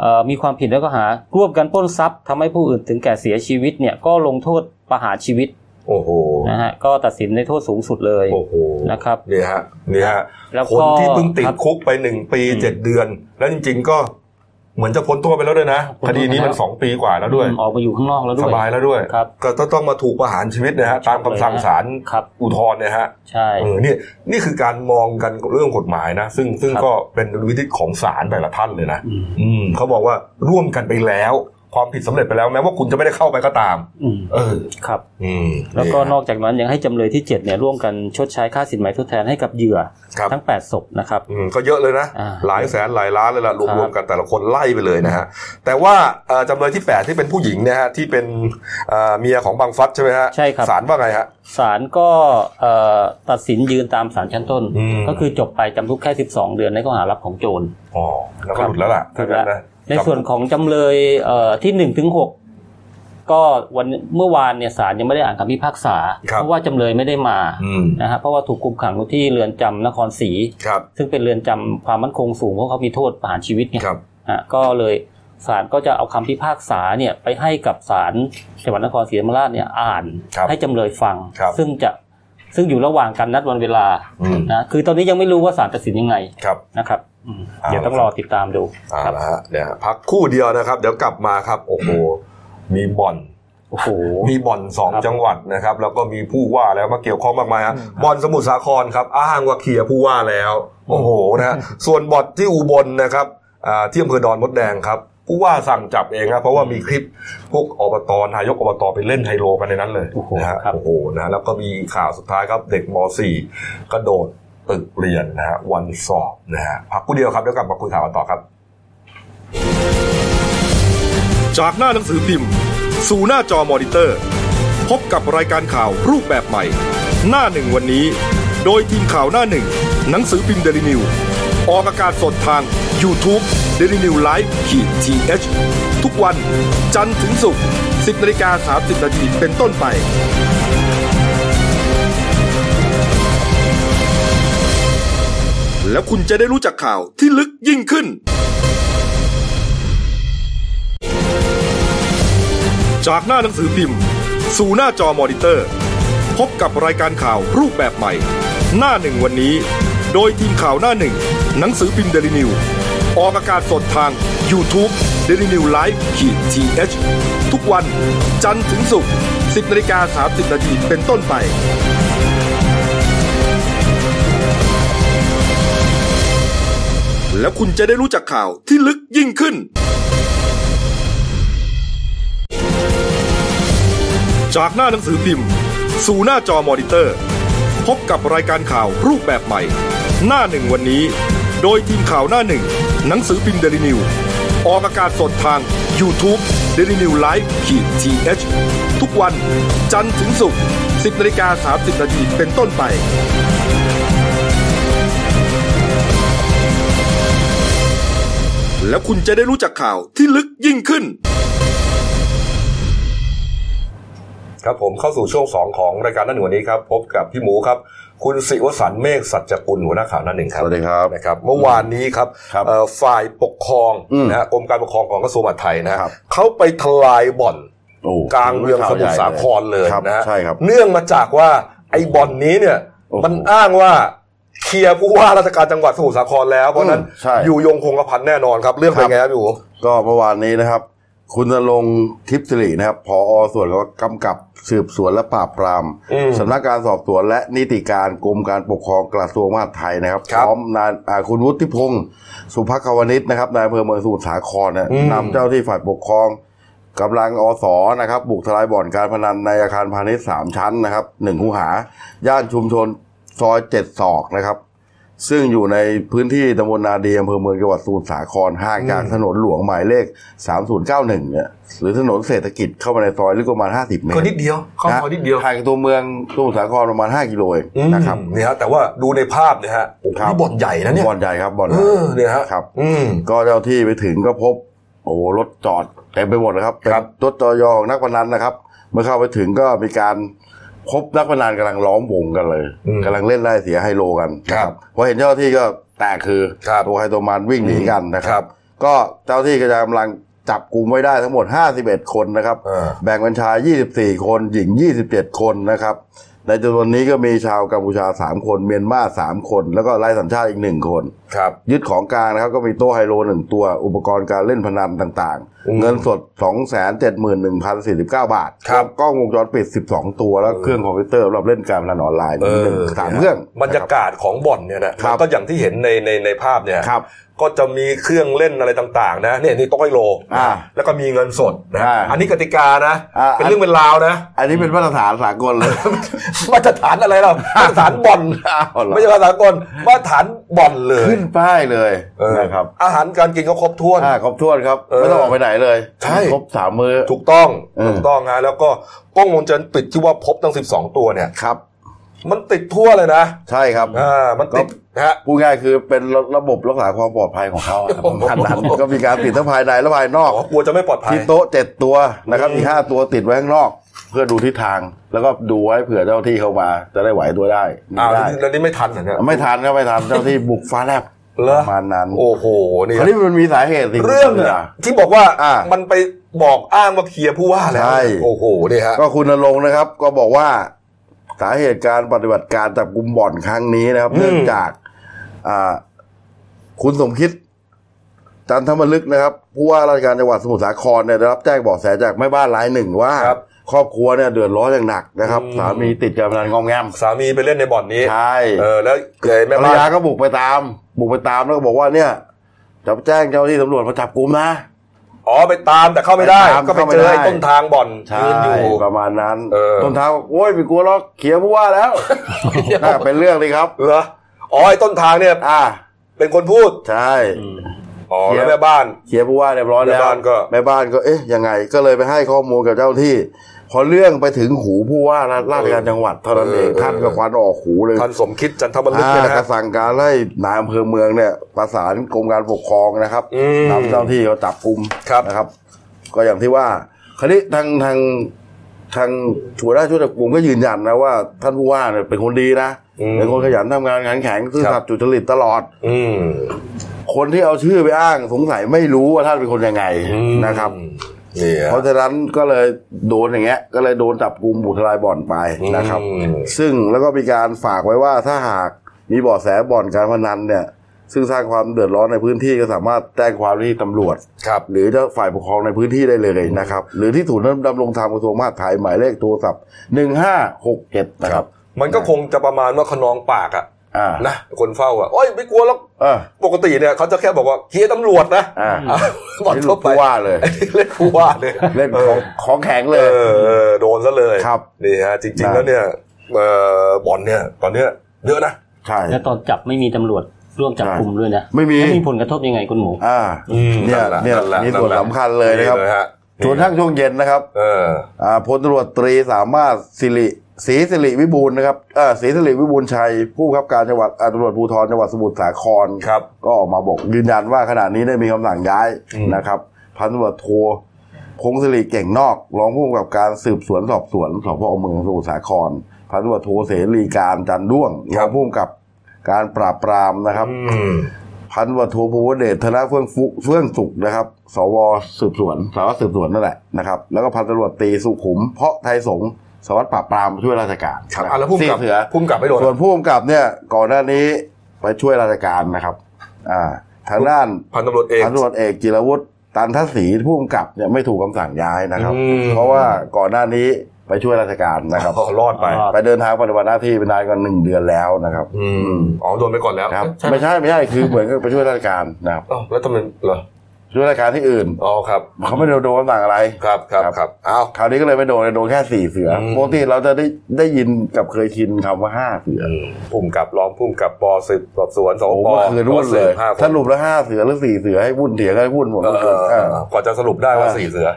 Speaker 2: เอ่อมีความผิดแล้วก็หา ร่วมกันปล้นทรัพย์ทำให้ผู้อื่นถึงแก่เสียชีวิตเนี่ยก็ลงโทษประหารชีวิต
Speaker 1: โอ้โห
Speaker 2: นะฮะก็ตัดสินในโทษสูงสุดเลย
Speaker 1: โอ้โห
Speaker 2: นะครับ
Speaker 1: นี่ฮะนี่ฮะ
Speaker 2: แล้ว
Speaker 1: ค
Speaker 2: ก็
Speaker 1: นที่เพิ่งติด
Speaker 2: ครับ
Speaker 1: คุกไปหนึ่งปี
Speaker 2: อืม
Speaker 1: เจ็ดเดือน แล้วจริง ๆ ก็เหมือนจะพ้นโทษไปแล้วด้วยนะ
Speaker 2: พ้
Speaker 1: คน
Speaker 2: โทษ
Speaker 1: ดีนี้มัน
Speaker 2: แล้ว
Speaker 1: สองปีกว่าแล้วด้วย
Speaker 2: ออกมาอยู่ข้างนอกแล้วด้
Speaker 1: ส
Speaker 2: วย
Speaker 1: บายแล้วด้วย
Speaker 2: ครับ
Speaker 1: ก็ต้องมาถูกประหารชีวิตเนะฮะตามคำสั่งศาล
Speaker 2: ครับ
Speaker 1: อุทธรณ์เนี่ยฮะ
Speaker 2: ใช่
Speaker 1: เออเนี่ยนี่คือการมองกันเรื่องกฎหมายนะ ซึ่งซึ่งก็เป็นดุลวิธีของศาลแต่ละท่านเลยนะ
Speaker 2: ม
Speaker 1: อืมเขาบอกว่าร่วมกันไปแล้ว ความผิดสำเร็จไปแล้วแม้ว่าคุณจะไม่ได้เข้าไปก็ตาม
Speaker 2: อืม
Speaker 1: เออ
Speaker 2: ครับ
Speaker 1: อืม
Speaker 2: แล้วก็
Speaker 1: นี่ฮะ
Speaker 2: นอกจากนั้นยังให้จำเลยที่7เนี่ยร่วมกันชดใช้ค่าสินไหมทดแทนให้กับเหยื่อ
Speaker 1: ครับ
Speaker 2: ทั้ง8ศพนะครับ
Speaker 1: อืมก็เยอะเลยนะ
Speaker 2: อ่า
Speaker 1: หลายแสนหลายล้านเลยล่ะรวม
Speaker 2: ครับ
Speaker 1: ๆกันแต่ละคนไล่ไปเลยนะฮะแต่ว่าเอ่อจำเลยที่แปดที่เป็นผู้หญิงเนี่ยฮะที่เป็นเอ่อเมียของบังฟัดใช่ไหมฮะ
Speaker 2: ใช่ครับ
Speaker 1: ศาลว่าไงฮะ
Speaker 2: ศาลก็เอ่อตัดสินยืนตามศาลชั้นต้น
Speaker 1: อืม
Speaker 2: ก็คือจบไปจำคุกแค่ 12 เดือนในข้อหารับของโจร
Speaker 1: อ๋อแล้วก็
Speaker 2: ครับ
Speaker 1: หลุดแล้วล่ะถ้างั้นนะ
Speaker 2: ในส่วนของจำเลยเอ่อที่1ถึง6ก็วันเมื่อวานเนี่ยศาลยังไม่ได้อ่านคำพิพากษา เพราะว่าจำเลยไม่ได้มา
Speaker 1: อืม
Speaker 2: นะฮะเพราะว่าถูกคุมขังอยู่ที่เรือนจำนครศรี
Speaker 1: ครับ
Speaker 2: ซึ่งเป็นเรือนจำความมั่นคงสูงเพราะเขามีโทษประหารชีวิตไง
Speaker 1: ครับ
Speaker 2: ฮะก็เลยศาลก็จะเอาคำพิพากษาเนี่ยไปให้กับศาลจังหวัดนครศรีธรรมราชเนี่ยอ่าน
Speaker 1: ครับ
Speaker 2: ให้จำเลยฟัง
Speaker 1: ครับ
Speaker 2: ซึ่งจะซึ่งอยู่ระหว่างการนัดวันเวลา
Speaker 1: อืม
Speaker 2: นะคือตอนนี้ยังไม่รู้ว่าศาลตัดสินยังไง
Speaker 1: ครับ
Speaker 2: นะครับอืม
Speaker 1: เอาละ
Speaker 2: เดี๋ยวต้องรอติดตามดู
Speaker 1: เอา
Speaker 2: ครับ
Speaker 1: ละฮะเนี่ยพักครู่เดียวนะครับ เดี๋ยวกลับมาครับ โอ้โหมีบ่อน
Speaker 2: โอ้โห
Speaker 1: มีบ่อนสอง
Speaker 2: ครับ
Speaker 1: จังหวัดนะครับ แล้วก็มีผู้ว่าแล้วมาเกี่ยวข้องมากมายฮะบ่อนสมุทรสาครครับ อ้างว่าเคลียร์ผู้ว่าแล้ว โอ้โหนะ ฮะส่วนบ่อนที่อุบลนะครับอ่าที่อำเภอดอนมดแดงครับ ผู้ว่าสั่งจับเองครับเพราะว่ามีคลิปพวกอบตนายกอบตไปเล่นไฮโลกันในนั้นเลย
Speaker 2: โอ้โห
Speaker 1: นะฮะ
Speaker 2: ครับ
Speaker 1: โอ้โหนะแล้วก็มีข่าวสุดท้ายครับ เด็กม .4 กระโดดตึกเรียนนะฮะวันสอบนะฮะพักผู้เดียวครับเดี๋ยวกลับมาคุยข่าวกันต่อครับ
Speaker 4: จากหน้าหนังสือพิมพ์ สู่หน้าจอมอนิเตอร์ พบกับรายการข่าวรูปแบบใหม่ หน้าหนึ่งวันนี้ โดยทีมข่าวหน้าหนึ่ง หนังสือพิมพ์เดลิวิวออกอากาศสดทาง y o u t u เด d ิวิวไลฟ์ขีดทีเทุกวัน จันทร์ถึงศุกร์10นาฬิกา30นาทีเป็นต้นไป แล้วคุณจะได้รู้จักข่าวที่ลึกยิ่งขึ้น จากหน้าหนังสือพิมพ์ สู่หน้าจอมอนิเตอร์ พบกับรายการข่าวรูปแบบใหม่ หน้าหนึ่งวันนี้ โดยทีมข่าวหน้าหนึ่ง หนังสือพิมพ์เดลิวิวออกอากาศสดทาง y o u t u เด d ิวิวไลฟ์ขีดทีเทุกวัน จันทร์ถึงศุกร์10นาฬิกา30นาทีเป็นต้นไป แล้วคุณจะได้รู้จักข่าวที่ลึกยิ่งขึ้น จากหน้าหนังสือพิมพ์ สู่หน้าจอมอนิเตอร์ พบกับรายการข่าวรูปแบบใหม่ หน้าหนึ่งวันนี้ โดยทีมข่าวหน้าหนึ่ง หนังสือพิมพ์เดลิวิวออกอากาศสดทาง y o u t u เดลิวิวไลฟ์ขีดทีเทุกวันจันทร์ถึงศุกร์10นาฬิกา30นาทีเป็นต้นไป แล้วคุณจะได้รู้จักข่าวที่ลึกยิ่งขึ้น
Speaker 1: ครับผมเข้าสู่ช่วงสองของรายการหนั่นหนึ่งวันนี้ครับ พบกับพี่หมูครับ คุณศิวสันต์เมฆสัจจกุลหัวหน้าข่าวหนั่นหนึ่งครับ
Speaker 5: สวัสดีครับ
Speaker 1: นะครับ เมื่อวานนี้ครับ
Speaker 5: ครับ
Speaker 1: เอ่อฝ่ายปกครอง
Speaker 5: อืม
Speaker 1: นะฮะกรมการปกครองของกระทรวงมหาดไทยนะฮะ
Speaker 5: ครับ
Speaker 1: เขาไปทลายบ่อน
Speaker 5: โอ้
Speaker 1: กลางเมืองสมุทรสาครเลย
Speaker 5: ครับ
Speaker 1: นะฮะ
Speaker 5: ใช่ครับ
Speaker 1: เนื่องมาจากว่าไอ้บ่อนนี้เนี่ย
Speaker 5: โอ้โห
Speaker 1: มันอ้างว่าเคลียร์ผู้ว่าราชการจังหวัดสมุทรสาครแล้ว เพราะฉะนั้น
Speaker 5: อืมใช่
Speaker 1: อยู่ยงคงกระพันแน่นอนครับ เรื่องเป็น
Speaker 5: ครับ
Speaker 1: ไงครับพี่หมู
Speaker 5: ก็เมื่อวานนี้นะครับ คุณณรงค์ทิพย์สิรินะครับพอส่วนกำกับสืบสวนและปราบปราม
Speaker 1: อืม
Speaker 5: สำนักการสอบสวนและนิติการกรมการปกครองกระทรวงมหาดไทยนะครับ
Speaker 1: ครับ
Speaker 5: พร้อมนายอ่าคุณวุฒิพงศ์สุภควณิชนะครับนายอำเภอเมืองสมุทรสาครเนี่ย
Speaker 1: อืม
Speaker 5: นำเจ้าที่ฝ่ายปกครองกำลังอสนะครับ บุกทลายบ่อนการพนันในอาคารพาณิชย์สามชั้นนะครับหนึ่งคูหา ย่านชุมชนซอยเจ็ดศอกนะครับ ซึ่งอยู่ในพื้นที่ตำบลนาดีอำเภอเมืองจังหวัดสมุทรสาครห่างจากถนนหลวงหมายเลข 3091 เนี่ย หรือถนนเศรษฐกิจเข้ามาในซอยลึกประมาณ 50 เมต
Speaker 1: ก็
Speaker 5: ร
Speaker 1: นิดเดียวเข้ามานิดเดียว
Speaker 5: ห่างจากตัวเมืองสมุทรสาครประมาณ 5 กิโลเอง
Speaker 1: นะ
Speaker 5: นะ
Speaker 1: ค
Speaker 5: ค
Speaker 1: รั
Speaker 5: รั
Speaker 1: บบ เนี่ยฮะแต่ว่าดูในภาพเนี่ยฮะโอ้โห
Speaker 5: ครับ
Speaker 1: นี่บ่อนใหญ่นะเนี่ย
Speaker 5: บ่อนใหญ่ครับบ่อน
Speaker 1: เออเนี่ยฮะ
Speaker 5: ครับ
Speaker 1: อืม
Speaker 5: ก็เจ้าที่ไปถึงก็พบ โอ้โหรถจอดเต็มไปหมดเลยครับเป็น
Speaker 1: ครับ
Speaker 5: รถจอยอของนักพนันนะครับ เมื่อเข้าไปถึงก็มีการพบนักพนันกำลังล้อมวงกันเลย
Speaker 1: อืม
Speaker 5: กำลังเล่นไล่เสียไฮโลกันนะครับ พอเห็นเจ้าหน้าที่ก็แตกคือ
Speaker 1: ครับ
Speaker 5: ตัวใครตัวมันวิ่งหนีกันนะค
Speaker 1: ครั
Speaker 5: รับ
Speaker 1: บ
Speaker 5: ก็เจ้าหน้าที่ก็จะกำลังจับกลุ่มไว้ได้ทั้งหมด 51 คนนะครับ
Speaker 1: เออ
Speaker 5: แบ่งเป็นชาย 24 คน หญิง 27 คนนะครับ ในจำนวนนี้ก็มีชาวกัมพูชา 3 คน เมียนมา 3 คน แล้วก็ไล่สัญชาติอีก 1 คน
Speaker 1: ครับ
Speaker 5: ยึดของกลางนะครับก็มีโต๊ะไฮโลหนึ่งตัว อุปกรณ์การเล่นพนันต่าง
Speaker 1: อืม
Speaker 5: ๆ เงินสด 271,049 บาท
Speaker 1: ครับ
Speaker 5: กล้องวงจรปิด 12 ตัว แล้ว
Speaker 1: เออ
Speaker 5: เครื่องคอมพิวเตอร์สำหรับเล่นการพนันออนไลน์
Speaker 1: เอ
Speaker 5: หนึ่ง
Speaker 1: อ
Speaker 5: สามเครื่อง
Speaker 1: บรรยากาศของบ่อนเนี่ยนะมันก็อย่างที่เห็นในในในภาพเนี่ย
Speaker 5: ครับ
Speaker 1: ก็จะมีเครื่องเล่นอะไรต่างๆ นะเนี่ยนี่โต๊ะไฮโล
Speaker 5: อ่า
Speaker 1: แล้วก็มีเงินสดนะ
Speaker 5: อ่า
Speaker 1: อันนี้กติกานะ
Speaker 5: อ่า
Speaker 1: เป็นเรื่องเป็นราวนะ
Speaker 5: อันนี้เป็นมาตรฐานสากลเลย
Speaker 1: มาตรฐานอะไรเรามาตรฐานบ่อน
Speaker 5: อ้าวเหรอ
Speaker 1: ไม่ใช่มาตรฐานกลมาตรฐานบ่อนเลย
Speaker 5: ขึ้นป้ายเลย
Speaker 1: เออ
Speaker 5: นะครับ
Speaker 1: อาหารการกินก็ครบถ้วน
Speaker 5: อ่าครบถ้วนครับ
Speaker 1: เออ
Speaker 5: ไม่ต้องออกไปไหนเลย
Speaker 1: ใช่
Speaker 5: ครบสามมือ
Speaker 1: ถูกต้อง
Speaker 5: เออ
Speaker 1: ถูกต้องนะแล้วก็กล้องวงจรปิดที่ว่าพบทั้ง 12 ตัวเนี่ย
Speaker 5: ครับ
Speaker 1: มันติดทั่วเลยนะ
Speaker 5: ใช่ครับ
Speaker 1: อ่ามันติดนะฮะ
Speaker 5: พูดง่ายคือเป็นระบบรักษาความปลอดภัยของเขาอะครับ
Speaker 1: โอ้
Speaker 5: ป
Speaker 1: โห
Speaker 5: ระมาณนั้นก็มีการติดทั้งภายในและภายนอก
Speaker 1: อ๋อกลัวจะไม่ปลอดภัย
Speaker 5: ที่โต๊ะเจ็ดตัวนะครับ
Speaker 1: อืม
Speaker 5: อีกห้าตัวติดไว้ข้างนอก เพื่อดูทิศทาง แล้วก็ดูไว้เผื่อเจ้าที่เข้ามาจะได้ไหวตัวได้หนี
Speaker 1: อ้าว
Speaker 5: ได้
Speaker 1: แล้วนี่ไม่ทันเหรอเนี่ย
Speaker 5: ไม่ทันก็ไม่ทันเจ้าที่บุกฟ้าแลบ
Speaker 1: เหรอ
Speaker 5: ประมาณนั้น
Speaker 1: โอ้โหนี่
Speaker 5: คราวนี้มันมีสาเหตุสิ
Speaker 1: เรื่องเนี่ยที่บอกว่า
Speaker 5: อ่ามั
Speaker 1: มันไปบอกอ้างว่าเคลียร์ผู้ว่าแล้ว
Speaker 5: ใช่
Speaker 1: โอ้โหนี่ฮะ
Speaker 5: ก็คุณณรงค์นะครับ ก็บอกว่าสาเหตุการปฏิบัติการจับกลุ่มบ่อนครั้งนี้นะครับ
Speaker 1: อืม
Speaker 5: เนื่องจากอ่าคุณสมคิด จันทมลึกนะครับผู้ว่าราชการจังหวัดสมุทรสาครเนี่ยได้รับแจ้งเบาะแสจากแม่บ้านรายหนึ่งว่า
Speaker 1: ครับ
Speaker 5: ครอบครัวเนี่ยเดือดร้อนอย่างหนักนะครับ
Speaker 1: อืม
Speaker 5: สามีติดการพนันงอมแงม
Speaker 1: สามีไปเล่นในบ่อนนี้
Speaker 5: ใช่
Speaker 1: เออแล้วเกยแม่
Speaker 5: ภร
Speaker 1: บ้าย
Speaker 5: ราน ก็บุกไปตาม บุกไปตามแล้วก็บอกว่าเนี่ยจะแจ้งเจ้าหน้าที่ตำรวจมาจับกลุ่มนะ
Speaker 1: อ๋อไปตามแต่เข้าไม่ได้
Speaker 5: ไปตาม
Speaker 1: ก็ไป
Speaker 5: เข้าไม่
Speaker 1: เจอไอ้
Speaker 5: ได้
Speaker 1: ต้นทางบ่อน
Speaker 5: ใช่
Speaker 1: ยืนอยู่
Speaker 5: ประมาณนั้น
Speaker 1: เออ
Speaker 5: ต้นเท้าบอกโอ้ยไปกลัวหรอกเขียวผู้ว่าแล้ว น่าเป็นเรื่องเลยครับ
Speaker 1: เหรออ๋อไอ้ต้นทางเนี่ย
Speaker 5: อ่า
Speaker 1: เป็นคนพูด
Speaker 5: ใช่
Speaker 1: อ๋อ
Speaker 5: เดี๋
Speaker 1: แล้
Speaker 5: ยวว
Speaker 1: แม่บ้าน
Speaker 5: เขียนผู้ว่าเรียบร้อยแล้ว
Speaker 1: แม่บ้านก็
Speaker 5: แม่บ้านก็เอ๊ะยังไงก็เลยไปให้ข้อมูลกับเจ้าที่ พอเรื่องไปถึงหูผู้ว่าราราชการจังหวัดเท่านั้นเองท่านก็ควันออกหูเลย
Speaker 1: ท่านสมคิดจันทบัลลึก
Speaker 5: อ่า
Speaker 1: เนี่ยนะ
Speaker 5: ก
Speaker 1: ครั
Speaker 5: ระ
Speaker 1: บ
Speaker 5: สั่งการให้นายอำเภอเมืองเนี่ย ประสานกรมการปกครองนะครับ
Speaker 1: อืม
Speaker 5: นำเจ้าที่เขาจับกลุ่ม
Speaker 1: ครับ
Speaker 5: นะครับ ก็อย่างที่ว่า คราวนี้ทางทางทางหัวหน้าชุดจับกลุ่มก็ยืนยันนะว่า ท่านผู้ว่าเนี่ยเป็นคนดีนะ
Speaker 1: อืม
Speaker 5: เป็นคนขยันทำงานงานแข็งซื่อ
Speaker 1: ครั
Speaker 5: สัต
Speaker 1: บ
Speaker 5: ย์จุจริตตลอด
Speaker 1: อืม
Speaker 5: คนที่เอาชื่อไปอ้างสงสัยไม่รู้ว่าท่านเป็นคนยังไง
Speaker 1: อืม
Speaker 5: นะครับ
Speaker 1: เนี่ย
Speaker 5: เพราะฉะนั้นก็เลยโดนอย่างเงี้ย ก็เลยโดนจับกลุ่มบุกทลายบ่อนไปนะครับ
Speaker 1: อืม
Speaker 5: ซึ่งแล้วก็มีการฝากไว้ว่าถ้าหากมีเบาะแสบ่อนการพนันเนี่ย ซึ่งสร้างความเดือดร้อนในพื้นที่ก็สามารถแจ้งความที่ตำรวจ
Speaker 1: ครับ
Speaker 5: หรือเจ้าฝ่ายปกครองในพื้นที่ได้เลยนะครับ หรือที่ถูนย์ดำรงธรรมกระทรวงมหาดไทยหมายเลขโทรศัพท์หนึ่งห้าหกเจ็ดนะครับ
Speaker 1: มันก็คงจะประมาณว่าขนองปากอะ
Speaker 5: อ่า
Speaker 1: นะคนเฝ้าอ่ะโอ้ยไม่กลัวหรอก
Speaker 5: เออ
Speaker 1: ปกติเนี่ยเขาจะแค่บอกว่าเฮียตำรวจนะ
Speaker 5: อ่า
Speaker 1: อ่ะบอล
Speaker 5: เล่น
Speaker 1: ทั่วไป
Speaker 5: ผู้ว่าเลย
Speaker 1: เล่นผู้ว่าเลย
Speaker 5: เล่นของของแข็ง
Speaker 1: เอ
Speaker 5: เล
Speaker 1: อ
Speaker 5: ย
Speaker 1: เออโดนซะเลย
Speaker 5: ครับ
Speaker 1: นี่ฮะจริง
Speaker 5: นะ
Speaker 1: ๆแล้วเนี่ยเอ่อบอลเนี่ยตอนเนี้ยเยอะนะ
Speaker 5: ใช่
Speaker 2: แล้วตอนจับไม่มีตำรวจร่วมจับ
Speaker 5: ใช่
Speaker 2: กลุ่มด้วยนะ
Speaker 5: ไม่มี
Speaker 2: แล้วมีผลกระทบยังไงคุณหมู
Speaker 5: อ่า เนี่ย
Speaker 1: แหละ
Speaker 5: เนี่ย
Speaker 1: แหละ
Speaker 5: มีส่วน
Speaker 1: แหละ
Speaker 5: สำคัญเลยนะครับ
Speaker 1: ฮะ
Speaker 5: จนทั้งช่วงเย็นนะครับ
Speaker 1: เออ
Speaker 5: อ่าพลตำรวจตรีสามารถสิริศรีสิริวิบูลย์นะครับเอ่อศรีสิริวิบูลย์ชัย ผู้บังคับการจังหวัดอ่าตำรวจภูธรจังหวัดสมุทรสาคร
Speaker 1: ครับ
Speaker 5: ก็ออกมาบอกยืนยันว่าขณะนี้ได้มีคำสั่งย้าย
Speaker 1: อืม
Speaker 5: นะครับ พันตำรวจโทพงศิริเก่งนอกรองผู้กำกับการสืบสวนสอบสวนสพเมืองสมุทรสาคร พันตำรวจโทเสรีการจันด้วงรองผู้กำกับการปราบปรามนะครับ
Speaker 1: อืม
Speaker 5: พันตำรวัตโทภูวเดชธนเฟื่องฟุเฟื่องสุขนะครับ สวสืบสวนสารวัตรสืบสวนนั่นแหละนะครับ แล้วก็พันตำรวจตรีสุขุม เพาะไทยสงฆ์สารวัตรปราบปรามช่วยราชการ
Speaker 1: ครับอ่ะแล้วพุ่ม
Speaker 5: สี่
Speaker 1: กับ
Speaker 5: เสือ
Speaker 1: พุ่มกับไม่โดน
Speaker 5: ส่วนผู้กำกับเนี่ยก่อนหน้านี้ไปช่วยราชการนะครับอ่าทางด้าน
Speaker 1: พันตำรวจเอก
Speaker 5: พันตำรวจเอกจิรวุฒิตันทศรีผู้กำกับเนี่ยไม่ถูกคำสั่งย้ายนะครับ
Speaker 1: อืม
Speaker 5: เพราะว่าก่อนหน้านี้ไปช่วยราชการนะครับ
Speaker 1: อ๋อรอดไป
Speaker 2: อ๋อ
Speaker 5: ไปเดินทางปฏิบัติหน้าที่เป็นนายกันหนึ่งเดือนแล้วนะครับ
Speaker 1: อืมอ๋อโดนไปก่อนแล้ว
Speaker 5: ครับ
Speaker 1: ใช่ไหม
Speaker 5: ไม่ใช่ไม่ใช่คือเหมือนกับไปช่วยราชการนะครับ
Speaker 1: อ้าวแล้วทำไมเหรอ
Speaker 5: ช่วยรายการที่อื่น
Speaker 1: อ๋อครับ
Speaker 5: เขาไม่ได้โดนคำสั่งอะไร
Speaker 1: ครับครับครับอ้าว
Speaker 5: คราวนี้ก็เลยไม่โดนเลยโดนแค่สี่เสืออ
Speaker 1: ม
Speaker 5: ปกติเราจะได้ได้ยินกับเคยชินคำว่าห้าเสือ
Speaker 1: พุ่มกับรองพุ่มกับปสืบสอบสวนส
Speaker 5: โอ้
Speaker 1: อง
Speaker 5: โห
Speaker 1: ป
Speaker 5: เมื่อคืนวุ่นเลย
Speaker 1: สืบห้าคน
Speaker 5: สรุปแล้วห้าเสือหรือสี่เสือให้วุ่นเถียงให้วุ่นหมด
Speaker 1: เอ
Speaker 5: เมื่อคืน
Speaker 1: อ
Speaker 5: เออ
Speaker 1: กว่าจะสรุปได้ว่า
Speaker 5: เออ
Speaker 1: สี่เสือ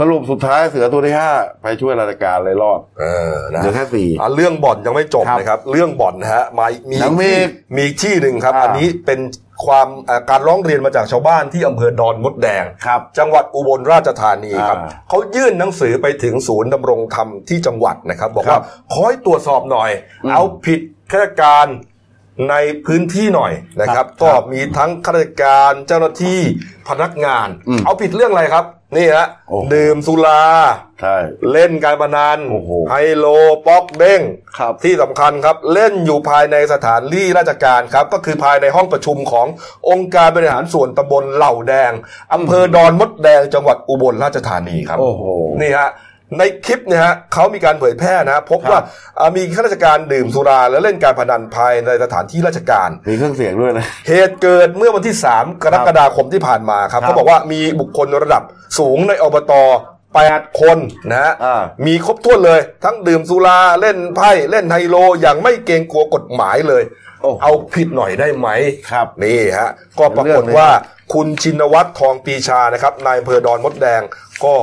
Speaker 5: สรุปสุดท้ายเสือตัวที่ห้าไปช่วยราชการเลยรอด
Speaker 1: เออนะ
Speaker 5: เหลือแค่สี่
Speaker 1: อ่ะเรื่องบ่อนยังไม่จบ
Speaker 5: ครับ
Speaker 1: นะครับ เรื่องบ่อนนะฮะมามี
Speaker 5: ยังมี
Speaker 1: ที่
Speaker 5: อีก
Speaker 1: มีอีกที่หนึ่งครับ
Speaker 5: อ่า
Speaker 1: อันนี้เป็นความเอ่อการร้องเรียนมาจากชาวบ้านที่อำเภอดอนมดแดง
Speaker 5: ครับ
Speaker 1: จังหวัดอุบลราชธานีครับ
Speaker 5: อ่า
Speaker 1: เขายื่นหนังสือไปถึงศูนย์ดำรงธรรมที่จังหวัดนะครับ บอก
Speaker 5: ครั
Speaker 1: ว่า
Speaker 5: บ
Speaker 1: ขอให้ตรวจสอบหน่อย
Speaker 5: อืม
Speaker 1: เอาผิดข้าราชการในพื้นที่หน่อยนะค
Speaker 5: ครั
Speaker 1: รับบ ก็
Speaker 5: ครับ
Speaker 1: มีทั้งข้าราชการเจ้าหน้าที่พนักงาน
Speaker 5: อืม
Speaker 1: เอาผิดเรื่องอะไรครับ นี่ฮะ
Speaker 5: โอ้โห
Speaker 1: ดื่มสุรา
Speaker 5: ใช่
Speaker 1: เล่นการพนัน
Speaker 5: โอ้โห
Speaker 1: ไฮโลป๊อกเด้ง
Speaker 5: ครับ
Speaker 1: ที่สำคัญครับ เล่นอยู่ภายในสถานที่ราชการครับ ก็คือภายในห้องประชุมขององค์การบริหารส่วนตำบลเหล่าแดงอำเภอดอนมดแดงจังหวัดอุบลราชธานีครับ
Speaker 5: โอ้โห
Speaker 1: นี่ฮะในคลิปเนี่ยฮะเขามีการเผยแพร่นะพบ
Speaker 5: ครับ
Speaker 1: ว่าอ่ามีข้าราชการดื่มสุราและเล่นการพนันภายในสถานที่ราชการ
Speaker 5: มีเครื่องเสียงด้วยนะ
Speaker 1: เหตุเกิดเมื่อวันที่ 3 กรกฎาคมที่ผ่านมาครับ
Speaker 5: ครับ
Speaker 1: เขาบอกว่ามีบุคคลระดับสูงในอบต8คนนะฮะ
Speaker 5: อ่า
Speaker 1: มีครบถ้วนเลย ทั้งดื่มสุราเล่นไพ่เล่นไฮโลอย่างไม่เกรงกลัวกฎหมายเลย
Speaker 5: โอ้โห
Speaker 1: เอาผิดหน่อยได้ไหม
Speaker 5: ครับ
Speaker 1: นี่ฮะก็ปรากฏว่าคุณชินวัตรทองปีชานะครับนายอำเภอดอนมดแดงก็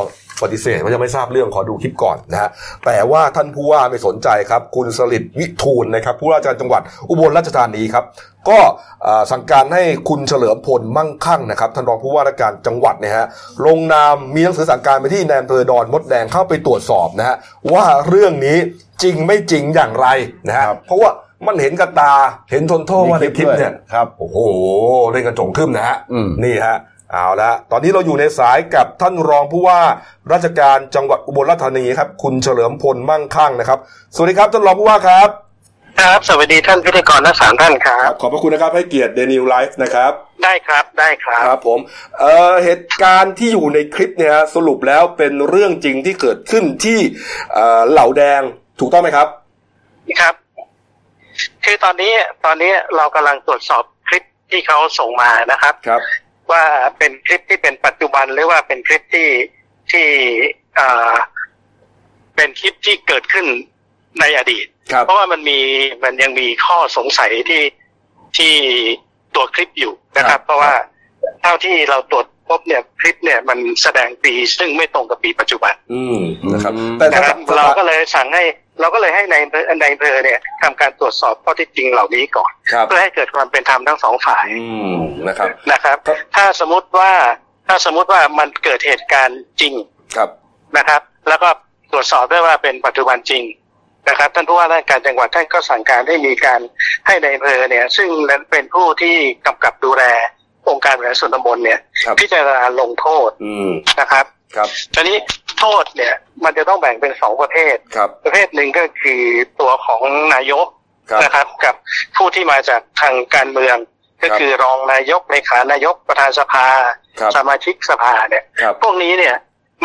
Speaker 1: ปฏิเสธว่ายังไม่ทราบเรื่องขอดูคลิปก่อนนะฮะแต่ว่าท่านผู้ว่าไม่สนใจครับ คุณสลิดวิทูลนะครับผู้ว่าราชการจังหวัดอุบลราชธานีครับ ก็เอ่อสั่งการให้คุณเฉลิมพลมั่งคั่งนะครับท่านรองผู้ว่าราชการจังหวัดเนะฮะลงนามมีหนังสือสั่งการไปที่แนนเภอดอนมดแดงเข้าไปตรวจสอบนะฮะว่าเรื่องนี้จริงไม่จริงอย่างไรนะฮะ
Speaker 5: ครับ
Speaker 1: เพราะว่ามันเห็นกับตาเห็นทนโทษว่าในคลิปเนี่ย
Speaker 5: ครับ
Speaker 1: โอ้โหเล่นกันจงขึ้นนะฮะ
Speaker 5: อืม
Speaker 1: นี่ฮะเอาละตอนนี้เราอยู่ในสายกับท่านรองผู้ว่าราชการจังหวัดอุบลราชธานีครับ คุณเฉลิมพลมั่งคั่งนะครับ สวัสดีครับท่านรองผู้ว่าครับ
Speaker 6: ครับ สวัสดีท่านพิธีกรทั้งสามท่านครับ
Speaker 1: ขอบพระคุณนะครับให้เกียรติเดนิวไลฟ์นะครับ
Speaker 6: ได้ครับได้ครั
Speaker 1: ค
Speaker 6: บ
Speaker 1: รับผมเอ่อเหตุการณ์ที่อยู่ในคลิปเนี่ยฮะสรุปแล้วเป็นเรื่องจริงที่เกิดขึ้นที่เอ่อเหล่าแดงถูกต้องไหมครับ
Speaker 6: ครับ คือตอนนี้ตอนนี้เรากำลังตรวจสอบคลิปที่เขาส่งมานะครับ
Speaker 1: ครับ
Speaker 6: ว่าเป็นคลิปที่เป็นปัจจุบันหรือว่าเป็นคลิปที่ที่เอ่อเป็นคลิปที่เกิดขึ้นในอดีต
Speaker 1: ครับ
Speaker 6: เพราะว่ามันมีมันยังมีข้อสงสัยที่ที่ตัวคลิปอยู่นะค
Speaker 1: ครั
Speaker 6: รับ
Speaker 1: บ
Speaker 6: เพราะว่าเท่าที่เราตรวจพบเนี่ยคลิปเนี่ยมันแสดงปีซึ่งไม่ตรงกับปีปัจจุบัน
Speaker 1: อืมนะครับ
Speaker 5: อืม
Speaker 1: แต่
Speaker 6: นะค
Speaker 1: ถ้า
Speaker 6: รับเราก็เลยสั่งให้เราก็เลยให้ในายอำเภอนายอำเภอเนี่ยทำการตรวจสอบข้อเที่จริงเหล่านี้ก่อน
Speaker 1: ครับ
Speaker 6: เพื่อให้เกิดความเป็นธรรมทั้งสองฝ่าย
Speaker 1: อืมนะครับ
Speaker 6: นะครับ
Speaker 1: ครับ
Speaker 6: ถ้าสมมติว่าถ้าสมมติว่ามันเกิดเหตุการณ์จริง
Speaker 1: ครับ
Speaker 6: นะครับ แล้วก็ตรวจสอบได้ว่าเป็นปัจจุบันจริงนะครับท่านผู้ว่าราชการจังหวัดท่านก็สั่งการให้มีการให้ในายอำเภอเนี่ย ซึ่งเป็นผู้ที่กำกับดูแลองค์การบริหารส่วนตำบลเนี่ย
Speaker 1: ครับ
Speaker 6: พิจารณาลงโทษ
Speaker 1: อืม
Speaker 6: นะครับ
Speaker 1: ครับ
Speaker 6: ทีนี้โทษเนี่ยมันจะต้องแบ่งเป็นสองประเภท
Speaker 1: ครับ
Speaker 6: ประเภทหนึ่งก็คือตัวของนายก
Speaker 1: ครับ
Speaker 6: นะครับ กับผู้ที่มาจากทางการเมือง ก็
Speaker 1: ครับ
Speaker 6: คือรองนายกเลขานายกประธานสภา
Speaker 1: ครับ
Speaker 6: สมาชิกสภาเนี่ย
Speaker 1: ครับ
Speaker 6: พวกนี้เนี่ย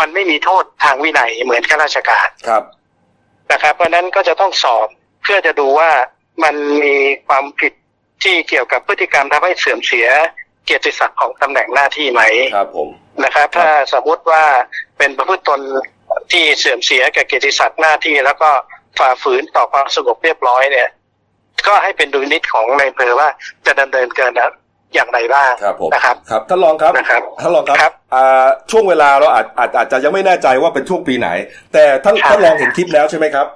Speaker 6: มันไม่มีโทษทางวินัยเหมือนข้าราชการ
Speaker 1: ครับ
Speaker 6: นะครับ เพราะฉะนั้นก็จะต้องสอบเพื่อจะดูว่า มันมีความผิดที่เกี่ยวกับพฤติกรรมทำให้เสื่อมเสียเกียรติศักดิ์ของตำแหน่งหน้าที่ไหม
Speaker 1: ครับผม
Speaker 6: นะครับถ้าสมมติว่าเป็นประพฤติตนที่เสื่อมเสียแก่เกียรติศักดิ์หน้าที่ แล้วก็ฝ่าฝืนต่อความสงบเรียบร้อยเนี่ย ก็ให้เป็นดุลยพินิจของนายอำเภอว่าจะดำเนินเกินอย่างไรบ้าง
Speaker 1: ครับผม
Speaker 6: นะครับ
Speaker 1: ครับท่านรองครับ
Speaker 6: นะครับ
Speaker 1: ท่านรองครับ
Speaker 6: ครับ
Speaker 1: อ่าช่วงเวลาเราอาจอาจอาจจะยังไม่แน่ใจว่าเป็นช่วงปีไหน แต่ท่าน
Speaker 6: ครับ
Speaker 1: ท่านรองเห็นคลิปแล้วใช่ไหมครับ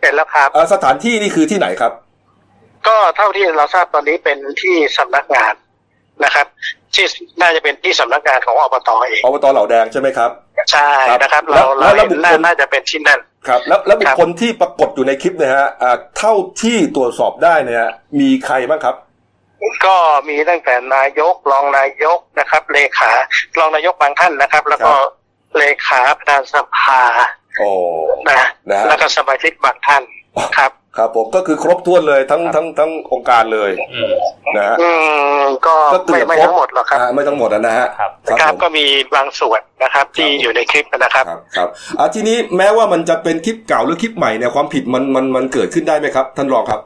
Speaker 6: เป็นแล้วครับ
Speaker 1: อ่าสถานที่นี่คือที่ไหนครับ
Speaker 6: ก็เท่าที่เราทราบตอนนี้เป็นที่สำนักงานนะครับ ที่น่าจะเป็นที่สำนักงานของอบตเอง
Speaker 1: อบตเหล่าแดงใช่ไหมครับ
Speaker 6: ใช่นะครับ
Speaker 1: แล้
Speaker 6: เรา
Speaker 1: ว
Speaker 6: เรา
Speaker 1: แล้ว
Speaker 6: เห็น
Speaker 1: บุคคล
Speaker 6: น่าน่าจะเป็นที่นั่น
Speaker 1: ครับ แล้วแล้วบุ
Speaker 6: ค
Speaker 1: ครับ คลที่ปรากฏอยู่ในคลิปเนี่ยฮะอ่าเท่าที่ตรวจสอบได้เนี่ยฮะมีใครบ้างครับ
Speaker 6: ก็มีตั้งแต่นายกรองนายกนะครับ เลขารองนายกบางท่านนะครับ แล้วก็
Speaker 1: ครับ
Speaker 6: เลขาประธานสภา
Speaker 1: โอ้
Speaker 6: นะ
Speaker 1: นะฮะ
Speaker 6: แล้วก็สมาชิกบางท่านครับ
Speaker 1: ครับผมก็คือครบถ้วนเลยทั้งทั้งทั้งองค์การเลยนะฮะ
Speaker 6: อืมก็
Speaker 1: ก็เกือบ
Speaker 6: ไม่ไม่
Speaker 1: ครบ
Speaker 6: ทั้งหมดหรอกครับ
Speaker 1: าไม่ทั้งหมดนะฮะ
Speaker 2: ครับ
Speaker 1: ครับ
Speaker 6: ครับ
Speaker 1: ผม
Speaker 6: ก็มีบางส่วนนะครับ ที่
Speaker 1: ครับ
Speaker 6: อยู่ในคลิปนะครับ
Speaker 1: ครับครับอ่าทีนี้แม้ว่ามันจะเป็นคลิปเก่าหรือคลิปใหม่เนี่ยความผิดมันมันมันเกิดขึ้นได้ไหมครับ ท่านรองครับ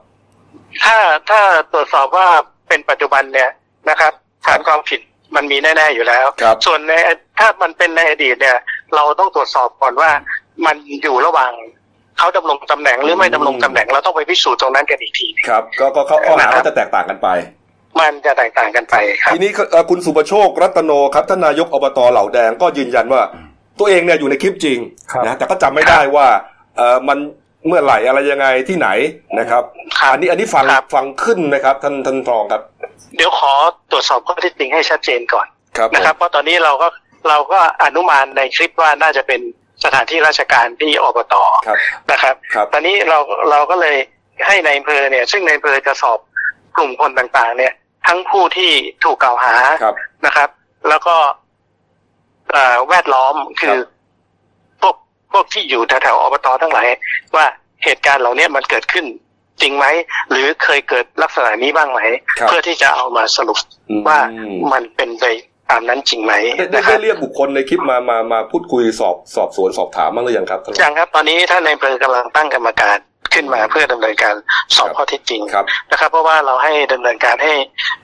Speaker 6: ถ้าถ้าตรวจสอบว่าเป็นปัจจุบันเนี่ยนะครับฐานความผิดมันมีแน่ ๆอยู่แล้ว
Speaker 1: ครับ
Speaker 6: ส่วนในถ้ามันเป็นในอดีตเนี่ย เราต้องตรวจสอบก่อนว่ามันอยู่ระหว่างเขาดำรงตำแหน่งหรือไม่ดำรงตำแหน่งเราต้องไปพิสูจน์ตรงนั้นกันอีกที
Speaker 1: ครับก็ก็เขาข้อหา
Speaker 6: นะครับ
Speaker 1: ก็จะแตกต่างกันไป
Speaker 6: มันจะแตกต่างกันไปครับ
Speaker 1: ทีนี้เอ่อคุณสุประโชครัตโนครับท่านนายกอบตเหล่าแดงก็ยืนยันว่า ตัวเองเนี่ยอยู่ในคลิปจริง
Speaker 2: ครับ
Speaker 1: นะแต่ก็จำไม่ได้ว่าเออมันเมื่อไหร่อะไรยังไงที่ไหนนะครับ
Speaker 6: ครับ
Speaker 1: อันนี้อันนี้ฟัง
Speaker 6: ครับ
Speaker 1: ฟังขึ้นนะครับ ท่านท่านรองครับ
Speaker 6: เดี๋ยวขอตรวจสอบข้อเที่จริงให้ชัดเจนก่อน
Speaker 1: ครับผม
Speaker 6: นะครับ เพราะตอนนี้เราก็เราก็อนุมานในคลิปว่าน่าจะเป็นสถานที่ราชการที่อบต
Speaker 1: ครับ
Speaker 6: นะครับ
Speaker 1: ครับ
Speaker 6: ตอนนี้เราเราก็เลยให้ในายอำเภอเนี่ย ซึ่งในายอำเภอจะสอบกลุ่มคนต่างๆ เนี่ย ทั้งผู้ที่ถูกกล่าวหา
Speaker 1: ครับ
Speaker 6: นะครับ แล้วก็เอ่อแวดล้อมคือ
Speaker 1: ครับ
Speaker 6: พวกพวกที่อยู่แถวๆอบตทั้งหลายว่าเหตุการณ์เหล่านี้มันเกิดขึ้นจริงไหม หรือเคยเกิดลักษณะนี้บ้างไหม
Speaker 1: ครับ
Speaker 6: เพื่อที่จะเอามาสรุป
Speaker 1: อืม
Speaker 6: ว่ามันเป็นไปตามนั้นจริงไหม
Speaker 1: ได้ได้
Speaker 6: นะค
Speaker 1: ได้
Speaker 6: รับ
Speaker 1: เรียกบุคคลในคลิปมามามาพูดคุยสอบสอบสวนสอบถามบ้างหรือยังครับท่านรอง
Speaker 6: ยังครับ ตอนนี้ท่านในายอำเภอกำลังตั้งกรรมการขึ้นมาเพื่อดำเนินการสอบ
Speaker 1: ครับ
Speaker 6: ข้อเท็จจริง
Speaker 1: ครับ
Speaker 6: นะครับเพราะว่าเราให้ดำเนินการให้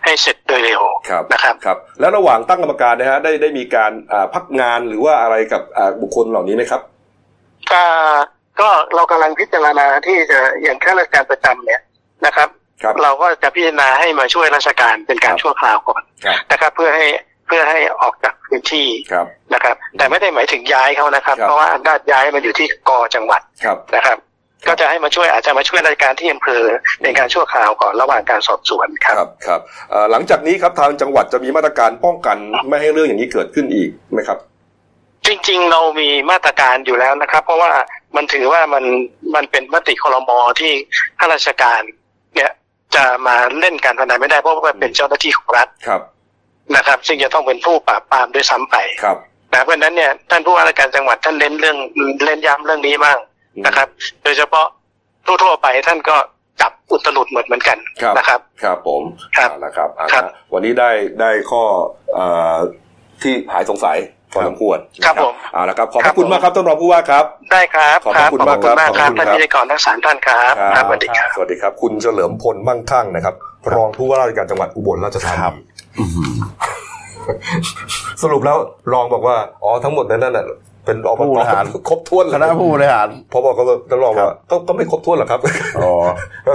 Speaker 6: ให้เสร็จโดยเร็ว
Speaker 1: ครับ
Speaker 6: นะครับ
Speaker 1: ครับแล้วระหว่างตั้งกรรมการนะฮะได้ได้มีการอ่าพักงานหรือว่าอะไรกับอ่าบุคคลเหล่านี้ไหมครับ
Speaker 6: ก็ก็เรากำลังพิจารณาที่จะอย่างข้าราชการประจำเนี่ยนะครับ
Speaker 1: ครับ
Speaker 6: เราก็จะพิจารณาให้มาช่วยราชการเป็นกา
Speaker 1: ค
Speaker 6: ร
Speaker 1: รับ
Speaker 6: ชั่วคราวก่อน
Speaker 1: ครับ
Speaker 6: นะครับ เพื่อให้เพื่อให้ออกจากพื้นที่
Speaker 1: ครับ
Speaker 6: นะครับ แต่ไม่ได้หมายถึงย้ายเขานะครับ
Speaker 1: ครับ
Speaker 6: เพราะว่าอำนาจย้ายมันอยู่ที่กจังหวัด
Speaker 1: ครับ
Speaker 6: นะครับ
Speaker 1: ครับ
Speaker 6: ก็จะให้มาช่วยอาจจะมาช่วยราชการที่อำเภอเป็นการชั่วคราวก่อนระหว่างการสอบสวนครับ
Speaker 1: ครับครับเอ่อหลังจากนี้ครับทางจังหวัดจะมีมาตรการป้องกันไม่ให้เรื่องอย่างนี้เกิดขึ้นอีกไหมครับ
Speaker 6: จริงๆ เรามีมาตรการอยู่แล้วนะครับ เพราะว่ามันถือว่ามันมันเป็นมติคลมอที่ข้าราชการ เนี่ยจะมาเล่นการพนันไม่ได้เพราะว่าเป็นเจ้าหน้าที่ของรัฐ
Speaker 1: ครับ
Speaker 6: นะครับ ซึ่งจะต้องเป็นผู้ปราบปรามด้วยซ้ำไป
Speaker 1: ครับ
Speaker 6: นะเพราะฉะนั้นเนี่ยท่านผู้ว่าราชการจังหวัดท่านเน้นเรื่องเล่นย้ำเรื่องนี้มากนะครับ โดยเฉพาะทั่วๆไปท่านก็จับอุตลุดหมดเหมือนกัน
Speaker 1: ครับ
Speaker 6: นะครับ
Speaker 1: ครับผม
Speaker 6: ครับ
Speaker 1: เอาละครับเอาละ
Speaker 6: ครับ
Speaker 1: วันนี้ได้ได้ข้อเอ่อที่หายสงสัยพอสมควร
Speaker 6: ครับ
Speaker 1: นะ
Speaker 6: ผม
Speaker 1: เอาละครับขอบพ
Speaker 6: ครั
Speaker 1: ระ
Speaker 6: บ
Speaker 1: คุณ
Speaker 6: ผม
Speaker 1: มากครับท่านรองผู้ว่าครับ
Speaker 6: ได้ครับ
Speaker 1: ขอบพระคุณ
Speaker 6: ขอบคุ
Speaker 1: มาม
Speaker 6: ณาก ก
Speaker 1: ค
Speaker 6: ค
Speaker 1: รั
Speaker 6: รั
Speaker 1: บบ
Speaker 6: ท่าน
Speaker 1: ขอบคุณครับ
Speaker 6: พิธีกรทั้งสามท่านครับครับสวัสดีครับ
Speaker 1: สวัสดีครับ คุณเฉลิมพลมั่งคั่งนะครับ รองผู้ว่าราชการจังหวัดอุบลราชธานีสรุปแล้วรองบอกว่า อ๋อทั้งหมดนั้นน่ะเป็นอบ
Speaker 5: ผู้
Speaker 1: ต
Speaker 5: บริหาร
Speaker 1: ครบถ้วนแล้
Speaker 5: ควณะผู้บริหาร
Speaker 1: พอบอกก็จะรอง
Speaker 5: ครับ
Speaker 1: ว่าก็ก็ไม่ครบถ้วนหรอกครับ
Speaker 5: อ๋อ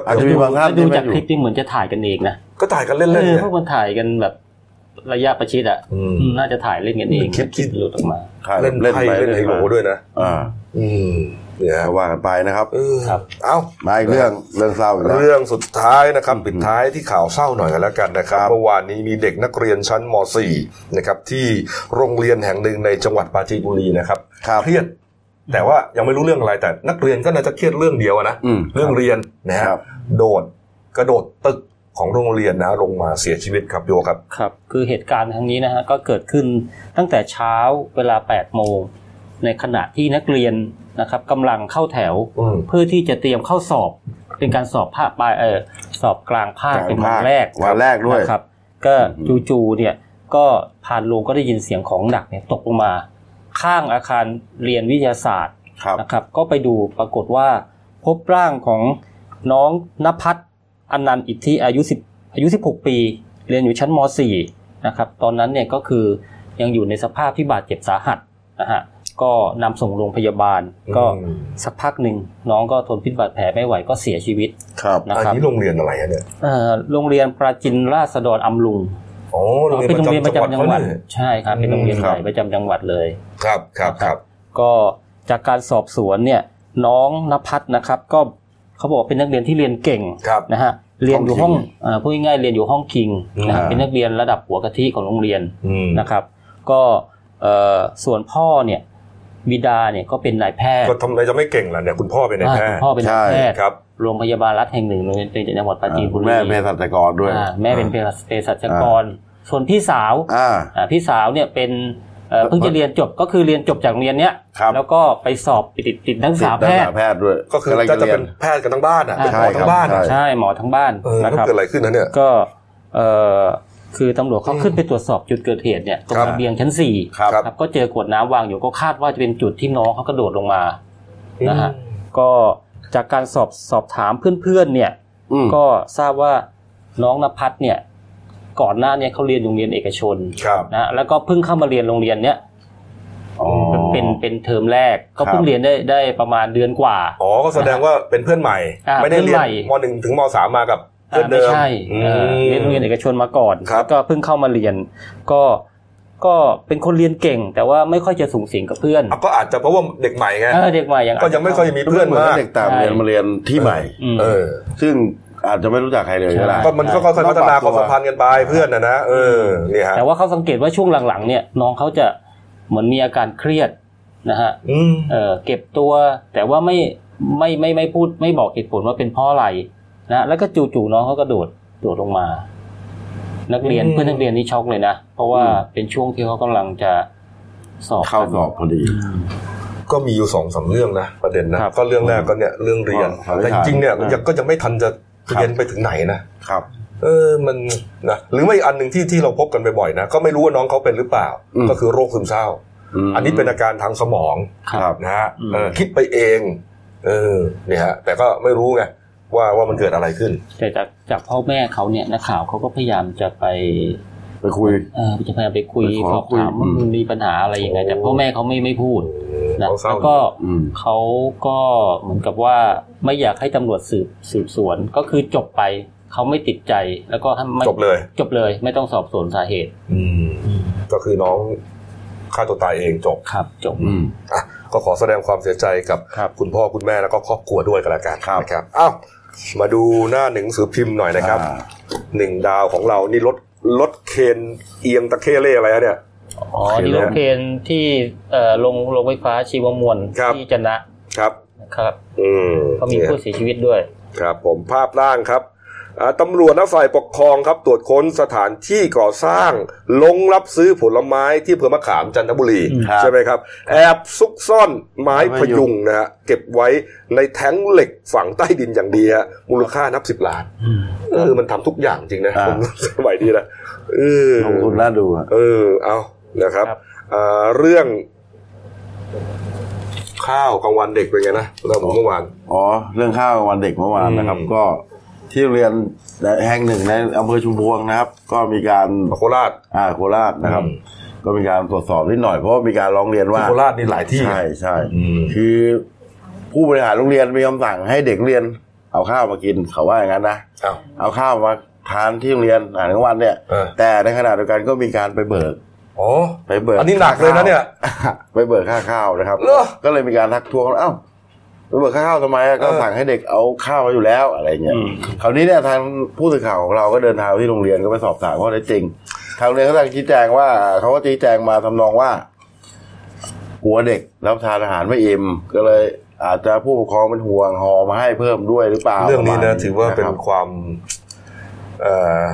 Speaker 5: อาจจะมีบางท่าน
Speaker 2: ดู
Speaker 5: ที่ไม่
Speaker 2: จาก
Speaker 5: อยู่
Speaker 2: คลิปที่เหมือนจะถ่ายกันเองนะ
Speaker 1: ก็ถ่ายกันเล่นๆ
Speaker 2: เออ
Speaker 1: เนี่ย
Speaker 2: พวกมันถ่ายกันแบบระยะประชิดอ่ะ
Speaker 1: อืม
Speaker 2: อืมน่าจะถ่ายเล่นกันเอง
Speaker 1: คลิปที่
Speaker 2: หลุดออกมา
Speaker 5: ถ่าย
Speaker 1: เล่น
Speaker 5: เล่น
Speaker 1: ไพ่
Speaker 5: ไป
Speaker 1: เล่นไฮโล
Speaker 5: มา
Speaker 1: ด้วยนะ
Speaker 5: อ่า
Speaker 1: อืมเนี่ย
Speaker 5: แต่ว่ากันไปนะครับ
Speaker 1: เออ
Speaker 2: ครับ
Speaker 1: เอ้า
Speaker 5: มาอีกเรื่องเรื่องเศร้าอีกแล้ว
Speaker 1: เรื่องสุดท้ายนะครับ
Speaker 5: อืม
Speaker 1: ปิดท้ายที่ข่าวเศร้าหน่อยกันแล้วกันนะครับ
Speaker 5: ครับ
Speaker 1: เมื่อวานนี้มีเด็กนักเรียนชั้นม .4 นะครับที่โรงเรียนแห่งหนึ่งในจังหวัดปราจีนบุรีนะครับ
Speaker 5: ครับ
Speaker 1: เครียด แต่ว่ายังไม่รู้เรื่องอะไรแต่นักเรียนก็น่าจะเครียดเรื่องเดียวอะนะ
Speaker 5: อืม
Speaker 1: เรื่องเรียนนะฮะ
Speaker 5: ครับ
Speaker 1: โดดกระโดดตึกของโรงเรียนนะลงมาเสียชีวิตครับโยครับ
Speaker 2: ครับ คือเหตุการณ์ครั้งนี้นะฮะก็เกิดขึ้นตั้งแต่เช้าเวลา 8 โมง ในขณะที่นักเรียนนะครับกำลังเข้าแถว
Speaker 1: อืม
Speaker 2: เพื่อที่จะเตรียมเข้าสอบ เป็นการสอบภาคปลายเออสอบกลางภาค
Speaker 5: กลาง
Speaker 2: เป็นวัน
Speaker 5: ภาค
Speaker 2: แรก
Speaker 5: วันแรกด้วย
Speaker 2: นะครับ ก็
Speaker 5: อืม
Speaker 2: จู่ๆเนี่ยก็ผ่านลงก็ได้ยินเสียงของหนักเนี่ยตกลงมา ข้างอาคารเรียนวิทยาศาสตร์
Speaker 5: ครับ
Speaker 2: นะครับก็ไปดูปรากฏว่าพบร่างของ น้องนภัทรอนันต์อิทธิอายุ10อายุ 16 ปี เรียนอยู่ชั้นม .4 นะครับ ตอนนั้นเนี่ยก็คือยังอยู่ในสภาพที่บาดเจ็บสาหัสนะฮะ ก็นำส่งโรงพยาบาล ก็
Speaker 1: อืม
Speaker 2: สักพักหนึ่งน้องก็ทนพิษบาดแผลไม่ไหวก็เสียชีวิต
Speaker 5: ครับ
Speaker 2: นะ
Speaker 1: อัน
Speaker 2: ครับ
Speaker 1: นี้โรงเรียนอะไรอะเนี่ย
Speaker 2: เอ่อโรงเรียนปราจินราษฎรอำลุง
Speaker 1: อ๋อโรงเรียน
Speaker 2: เป็น
Speaker 1: ป
Speaker 2: โร
Speaker 1: ระ
Speaker 2: งเรียนประ
Speaker 1: จำ
Speaker 2: จำ
Speaker 1: จั
Speaker 2: จั
Speaker 1: ง
Speaker 2: ง
Speaker 1: หวั
Speaker 2: หวั
Speaker 1: ด
Speaker 2: ด
Speaker 1: เขาเนี่ย
Speaker 2: ใช่ครับเป็นโรงเรียนใหม่ประจำจังหวัดเลย
Speaker 1: ครับครับครับ
Speaker 2: ก็จากการสอบสวนเนี่ยน้องนภัสนะครับ ก็เขาบอกว่าเป็นนักเรียนที่เรียนเก่ง
Speaker 1: ครับ
Speaker 2: นะฮะเรียนอยู่
Speaker 5: ห้
Speaker 2: ห้
Speaker 5: อ
Speaker 2: อง ง
Speaker 5: คิง
Speaker 2: เอ่อพูดง่ายๆเรียนอยู่ห้องคิงนะฮะ
Speaker 1: อ่า
Speaker 2: เป็นนักเรียนระดับหัวกะทิของโรงเรียน
Speaker 1: อืม
Speaker 2: นะครับ ก็เอ่อส่วนพ่อเนี่ยบิดาเนี่ยก็เป็นนายแพทย์
Speaker 1: ก็ทำอะไรจะไม่เก่งล่ะเนี่ยคุณพ่อเป็นนาย
Speaker 2: อ่า
Speaker 1: แพทย์
Speaker 2: คุณพ่อเป็นนายแพทย์
Speaker 1: ครับ
Speaker 2: โรงพยาบาลรัฐแห่งหนึ่งในจังหวัดปราจีนบุรี
Speaker 5: แม่เภสัชกรด้วย
Speaker 2: อ่าแม่เป็นเภสัชกร ส่วนพี่สาว
Speaker 5: อ่า
Speaker 2: อ่าพี่สาวเนี่ยเป็นเอ่อเพิ่งจะเรียนจบก็คือเรียนจบจากโรงเรียนเนี้ย
Speaker 5: ครับ
Speaker 2: แล้วก็ไปสอบติดติดนักศึกษาแพทย์
Speaker 5: แพทย์ด้วย
Speaker 1: ก็คือ
Speaker 5: ำลัง
Speaker 1: ก็จะ
Speaker 5: รีย
Speaker 1: เป็นแพทย์กันทั้งบ้านอ่ะ
Speaker 2: อ่า
Speaker 1: เป็นหมอทั้งบ้าน
Speaker 5: ใช่
Speaker 1: อะ
Speaker 5: ครับ
Speaker 2: ใช่หมอทั้งบ้าน
Speaker 1: เออแล้
Speaker 2: นะ
Speaker 1: ว
Speaker 2: ครับ
Speaker 1: เกิดอะไรขึ้นนะเนี่ย
Speaker 2: ก็เอ่อคือตำรวจเขาขึ้นไปตรวจสอบจุดเกิดเหตุเนี่ยตรง
Speaker 1: ครับ
Speaker 2: ระเบียงชั้นสี่
Speaker 1: ครับ
Speaker 2: ครับก็เจอขวดน้ำวางอยู่ก็คาดว่าจะเป็นจุดที่น้องเขากระโดดลงมานะฮะก็จากการสอบสอบถามเพื่อนๆเนี่ย
Speaker 5: อืม
Speaker 2: ก็ทราบว่าน้องนภัสเนี่ยก่อนหน้าเนี่ยเขาเรียนโรงเรียนเอกชน
Speaker 1: ครับ
Speaker 2: นะแล้วก็เพิ่งเข้ามาเรียนโรงเรียนเนี้ย
Speaker 5: อ๋อ
Speaker 2: เป็นเป็นเทอมแรก ก็
Speaker 5: ครับ
Speaker 2: เพิ่งเรียนได้ได้ประมาณเดือนกว่า
Speaker 1: อ๋อ ก็แสดงว่าเป็นเพื่อนใหม่
Speaker 2: อ่า
Speaker 1: ไม่ได้เรียน
Speaker 2: เพื่อนใหม่
Speaker 1: มหนึ่งถึงมสามมากับเพื่อน
Speaker 2: อ่า
Speaker 1: เดิ
Speaker 2: ไม่
Speaker 1: ม
Speaker 2: ใช่
Speaker 1: อืม
Speaker 2: เอ่อเรียนโรงเรียนเอกชนมาก่อน
Speaker 1: ครับ
Speaker 2: แล้วก็เพิ่งเข้ามาเรียน ก็ก็เป็นคนเรียนเก่ง แต่ว่าไม่ค่อยจะสูงสิงกับเพื่อน
Speaker 1: อ่ะก็อาจจะเพราะว่าเด็กใหม่ไง
Speaker 2: เออเด็กใหม่ยัง
Speaker 1: ก็ยังไม่ค่อยมีเพื่อน
Speaker 5: เหมือน
Speaker 1: มาก
Speaker 5: เด็กต่างเรียนมาเรียนที่ใหม่
Speaker 2: อืม
Speaker 1: เออ
Speaker 5: ซึ่งอาจจะไม่รู้จักใครเลยก็ได้
Speaker 1: ก็มันก็ค่อยๆพัฒนาความสัมพันธ์กันไปเพื่อนนะนะ เออ นี่ฮะ
Speaker 2: แต่ว่าเขาสังเกตว่าช่วงหลังๆ เนี่ยน้องเขาจะเหมือนมีอาการเครียดนะฮะ
Speaker 1: อืม
Speaker 2: เออเก็บตัวแต่ว่าไม่ไม่ไม่ไม่พูดไม่บอกเหตุผลว่าเป็นเพราะอะไรนะแล้วก็จู่ๆน้องเขากระโดดโดดลงมา นักเรียน
Speaker 1: อืม
Speaker 2: เพื่อนนักเรียนนี่ช็อกเลยนะ เพราะว่าเป็นช่วงที่เขากำลังจะสอบ
Speaker 5: เข้าสอบพอดี
Speaker 1: ก็มีอยู่สองสามเรื่องนะประเด็นนะ
Speaker 5: ครับ
Speaker 1: ก็เรื่องแรกก็เนี่ยเรื่องเรียน
Speaker 5: อ๋อ
Speaker 1: แต่จริงๆเนี่ย
Speaker 5: ครับ
Speaker 1: ยังก็ยังไม่ทันจะ
Speaker 5: ครับ
Speaker 1: เรียนไปถึงไหนนะ
Speaker 5: ครับ
Speaker 1: เออ มันนะ หรือไม่อีกอันหนึ่งที่ที่เราพบกันบ่อยๆนะ ก็ไม่รู้ว่าน้องเขาเป็นหรือเปล่า
Speaker 5: อืม
Speaker 1: ก็คือโรคซึมเศร้า
Speaker 5: ม
Speaker 1: อันนี้เป็นอาการทางสมอง
Speaker 5: ครับ
Speaker 1: นะฮะ
Speaker 2: อืม
Speaker 1: เออคิดไปเองเออเนี่ยฮะแต่ก็ไม่รู้ไงว่าว่ามันเกิดอะไรขึ้น
Speaker 2: แต่จากจากพ่อแม่เขาเนี่ยนักข่าวเขาก็พยายามจะไป
Speaker 5: ไปคุย
Speaker 2: เออจะพยายามไปคุย
Speaker 5: ไปขอ
Speaker 2: สอบถาม
Speaker 5: คุ
Speaker 2: ว่า
Speaker 5: ยอืม
Speaker 2: มันมีปัญหาอะไรยังไง แต่พ่อแม่เขาไม่ไม่พูดนะ
Speaker 1: เขาเศร้า
Speaker 2: แล้วก็
Speaker 5: อืม
Speaker 2: เขาก็เหมือนกับว่าไม่อยากให้ตำรวจสืบสืบสวนก็คือจบไปเขาไม่ติดใจแล้วก็ถ้าไม่
Speaker 1: จบเลย
Speaker 2: จบเลย ไม่ต้องสอบสวนสาเหตุ
Speaker 1: อืมก็คือน้องฆ่าตัวตายเองจบ
Speaker 2: ครับจบ
Speaker 5: อืม
Speaker 1: อ่ะก็ขอแสดงความเสียใจกับ
Speaker 5: ครับ
Speaker 1: ณพ่อคุณแม่แล้วก็ครอบครัวด้วยกันละกัน
Speaker 5: ครับ
Speaker 1: นะครับอ้าวมาดูหน้าหนึ่งสือพิมพ์หน่อยนะครับ
Speaker 5: อ่า
Speaker 1: หนึ่งดาวของเรานี่รถรถเคนเอียงตะเข้เล่อะไรอะเนี่ย
Speaker 2: อ๋อที่รถเพนที่เอ่อลงลงไฟฟ้าชีวมวล
Speaker 1: ครับ
Speaker 2: ที่จะนะครับ ครับ
Speaker 1: อืม
Speaker 2: ก็มี
Speaker 1: เนี่ย
Speaker 2: ผู้เสียชีวิตด้วย
Speaker 1: ครับผมภาพล่างครับอ่าตำรวจและฝ่ายปกครองครับ ตรวจค้นสถานที่ก่อสร้าง ลงรับซื้อผลไม้ที่อำเพื่อมะขามจันทบุรี
Speaker 2: อืม
Speaker 1: ใช่ไหมครับ แอบซุกซ่อนไม้พยุงนะฮะเก็บไว้ในแท้งเหล็กฝังใต้ดินอย่างดีฮะมูลค่านับสิบล้านเออมันทำทุกอย่างจริงนะ
Speaker 5: อ่า
Speaker 1: ผมสมัยนี้นะเออ
Speaker 5: ลงทุนน่าดูอะ
Speaker 1: เออเอานะครับ
Speaker 2: ครับ
Speaker 1: อ่าเรื่อง ข้าวกลางวันเด็กเป็นไงนะเราผมเมื่อวาน
Speaker 5: อ๋อ เรื่องข้าววันเด็กเมื่อวานนะครับ
Speaker 1: อืม
Speaker 5: ก็ที่โรงเรียนแห่งหนึ่งในอำเภอชุมพวงนะครับ ก็มีการ
Speaker 1: โคราช
Speaker 5: อ่าโคราชนะครับ
Speaker 1: อืม
Speaker 5: ก็มีการตรวจสอบนิดหน่อยเพราะว่ามีการร้องเรียนว่า
Speaker 1: โคราชนี่หลายที่
Speaker 5: ใช่ใช่
Speaker 1: อืม
Speaker 5: คือผู้บริหารโรงเรียนมีคำสั่งให้เด็กเรียน เอาข้าวมากินเขาว่าอย่างนั้นนะ
Speaker 1: เอ้า
Speaker 5: เอาข้าวมาทานที่โรงเรียนอ่านกลางวันเนี่ย
Speaker 1: เออ
Speaker 5: แต่ในขณะเดียวกันก็มีการไปเบิก
Speaker 1: อ๋อ
Speaker 5: ไปเบิก
Speaker 1: อันนี้หนักเลยนะเนี่ย
Speaker 5: ค่าข้าว ไปเบิกค่าข้าวนะครับ
Speaker 1: เหรอ
Speaker 5: ก็เลยมีการทักท้วงว่าเอ้าไปเบิกค่าข้าวทำไมอะก็
Speaker 1: เออ
Speaker 5: สั่งให้เด็กเอาข้าวมาอยู่แล้วอะไรเงี้ยคราวนี้เนี่ยทางผู้สื่อข่าวของเราก็เดินทางไปที่โรงเรียนก็ไปสอบถามข้อเท็จจริงทางโรงเรียนก็ตั้งชี้แจงว่าเขาก็ชี้แจงมาทำนองว่า กลัวเด็กรับประทานอาหารไม่อิ่มก็เลย อาจจะผู้ปกครองเป็นห่วงห่อมาให้เพิ่มด้วยหรือเปล่า
Speaker 1: เรื่องนี้
Speaker 5: ป
Speaker 1: นะ
Speaker 5: มณ
Speaker 1: ถือว่าเป็
Speaker 5: ะ
Speaker 1: น
Speaker 5: ครับ
Speaker 1: ความเอ่อ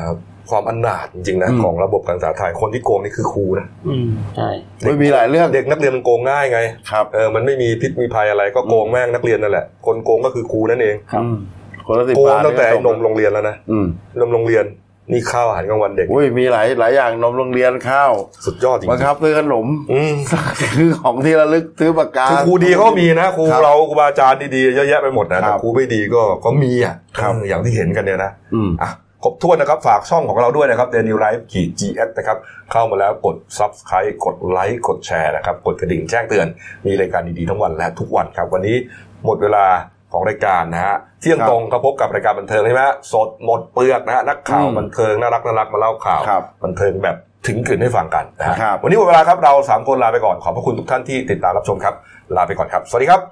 Speaker 1: ความอนาถจริงๆนะ
Speaker 5: อืม
Speaker 1: ของระบบการศึกษาไทยคนที่โกงนี่คือครูนะ
Speaker 2: อืมใช่
Speaker 5: เฮ้ยมีหลายเรื่อง
Speaker 1: เด็กนักเรียนมันโกงง่ายไง
Speaker 5: ครับ
Speaker 1: เออมันไม่มีพิษมีภัยอะไรก็โกงแม่งนักเรียนนั่นแหละ คนโกงก็คือครูนั่นเอง
Speaker 5: คนละสิบ
Speaker 1: โกง
Speaker 5: บาท
Speaker 1: ตั้งแต่
Speaker 5: ก็จบ
Speaker 1: นมโรงเรียนแล้วนะ
Speaker 5: อืม
Speaker 1: นมโรงเรียน นี่ข้าวอาหารกลางวันเด็ก
Speaker 5: อุ้ยมีหลายหลายอย่างนมโรงเรียนข้าว
Speaker 1: สุดยอดจริงๆ
Speaker 5: บังคับซื้อขนม
Speaker 1: อืม
Speaker 5: ซื้อของที่ระลึกซื้อปากกา
Speaker 1: คือครูดีเขามีนะครู
Speaker 5: ครับ
Speaker 1: เราครูบาอาจารย์ดีๆเยอะแยะไปหมดนะแต่
Speaker 5: ครับ
Speaker 1: ครูไม่ดีก็ก็มีอ่ะ
Speaker 5: ครับ
Speaker 1: เอออย่างที่เห็นกันเนี่ยนะ
Speaker 5: อืม
Speaker 1: อ่ะครบถ้วนนะครับ ฝากช่องของเราด้วยนะครับเดนิวไลฟ์ขีดจีเอนะครับ เข้ามาแล้วกด subscribe กดไลค์กดแชร์นะครับ กดกระดิ่งแจ้งเตือน มีรายการดี ๆ ทั้งวันและทุกวันครับ วันนี้หมดเวลาของรายการนะฮะ เที่ยงตรงครับพบกับรายการบันเทิงใช่ไหมฮะสดหมดเปลือกนะฮะนักข่าว
Speaker 5: อืม
Speaker 1: บันเทิงน่ารักน่ารักมาเล่าข่าว
Speaker 5: ครับ
Speaker 1: บันเทิงแบบถึงกึ่นให้ฟังกันนะฮะ
Speaker 5: ครับ
Speaker 1: วันนี้หมดเวลาครับเราสามคนลาไปก่อนขอบพระคุณทุกท่านที่ติดตามรับชมครับลาไปก่อนครับสวัสดีครับ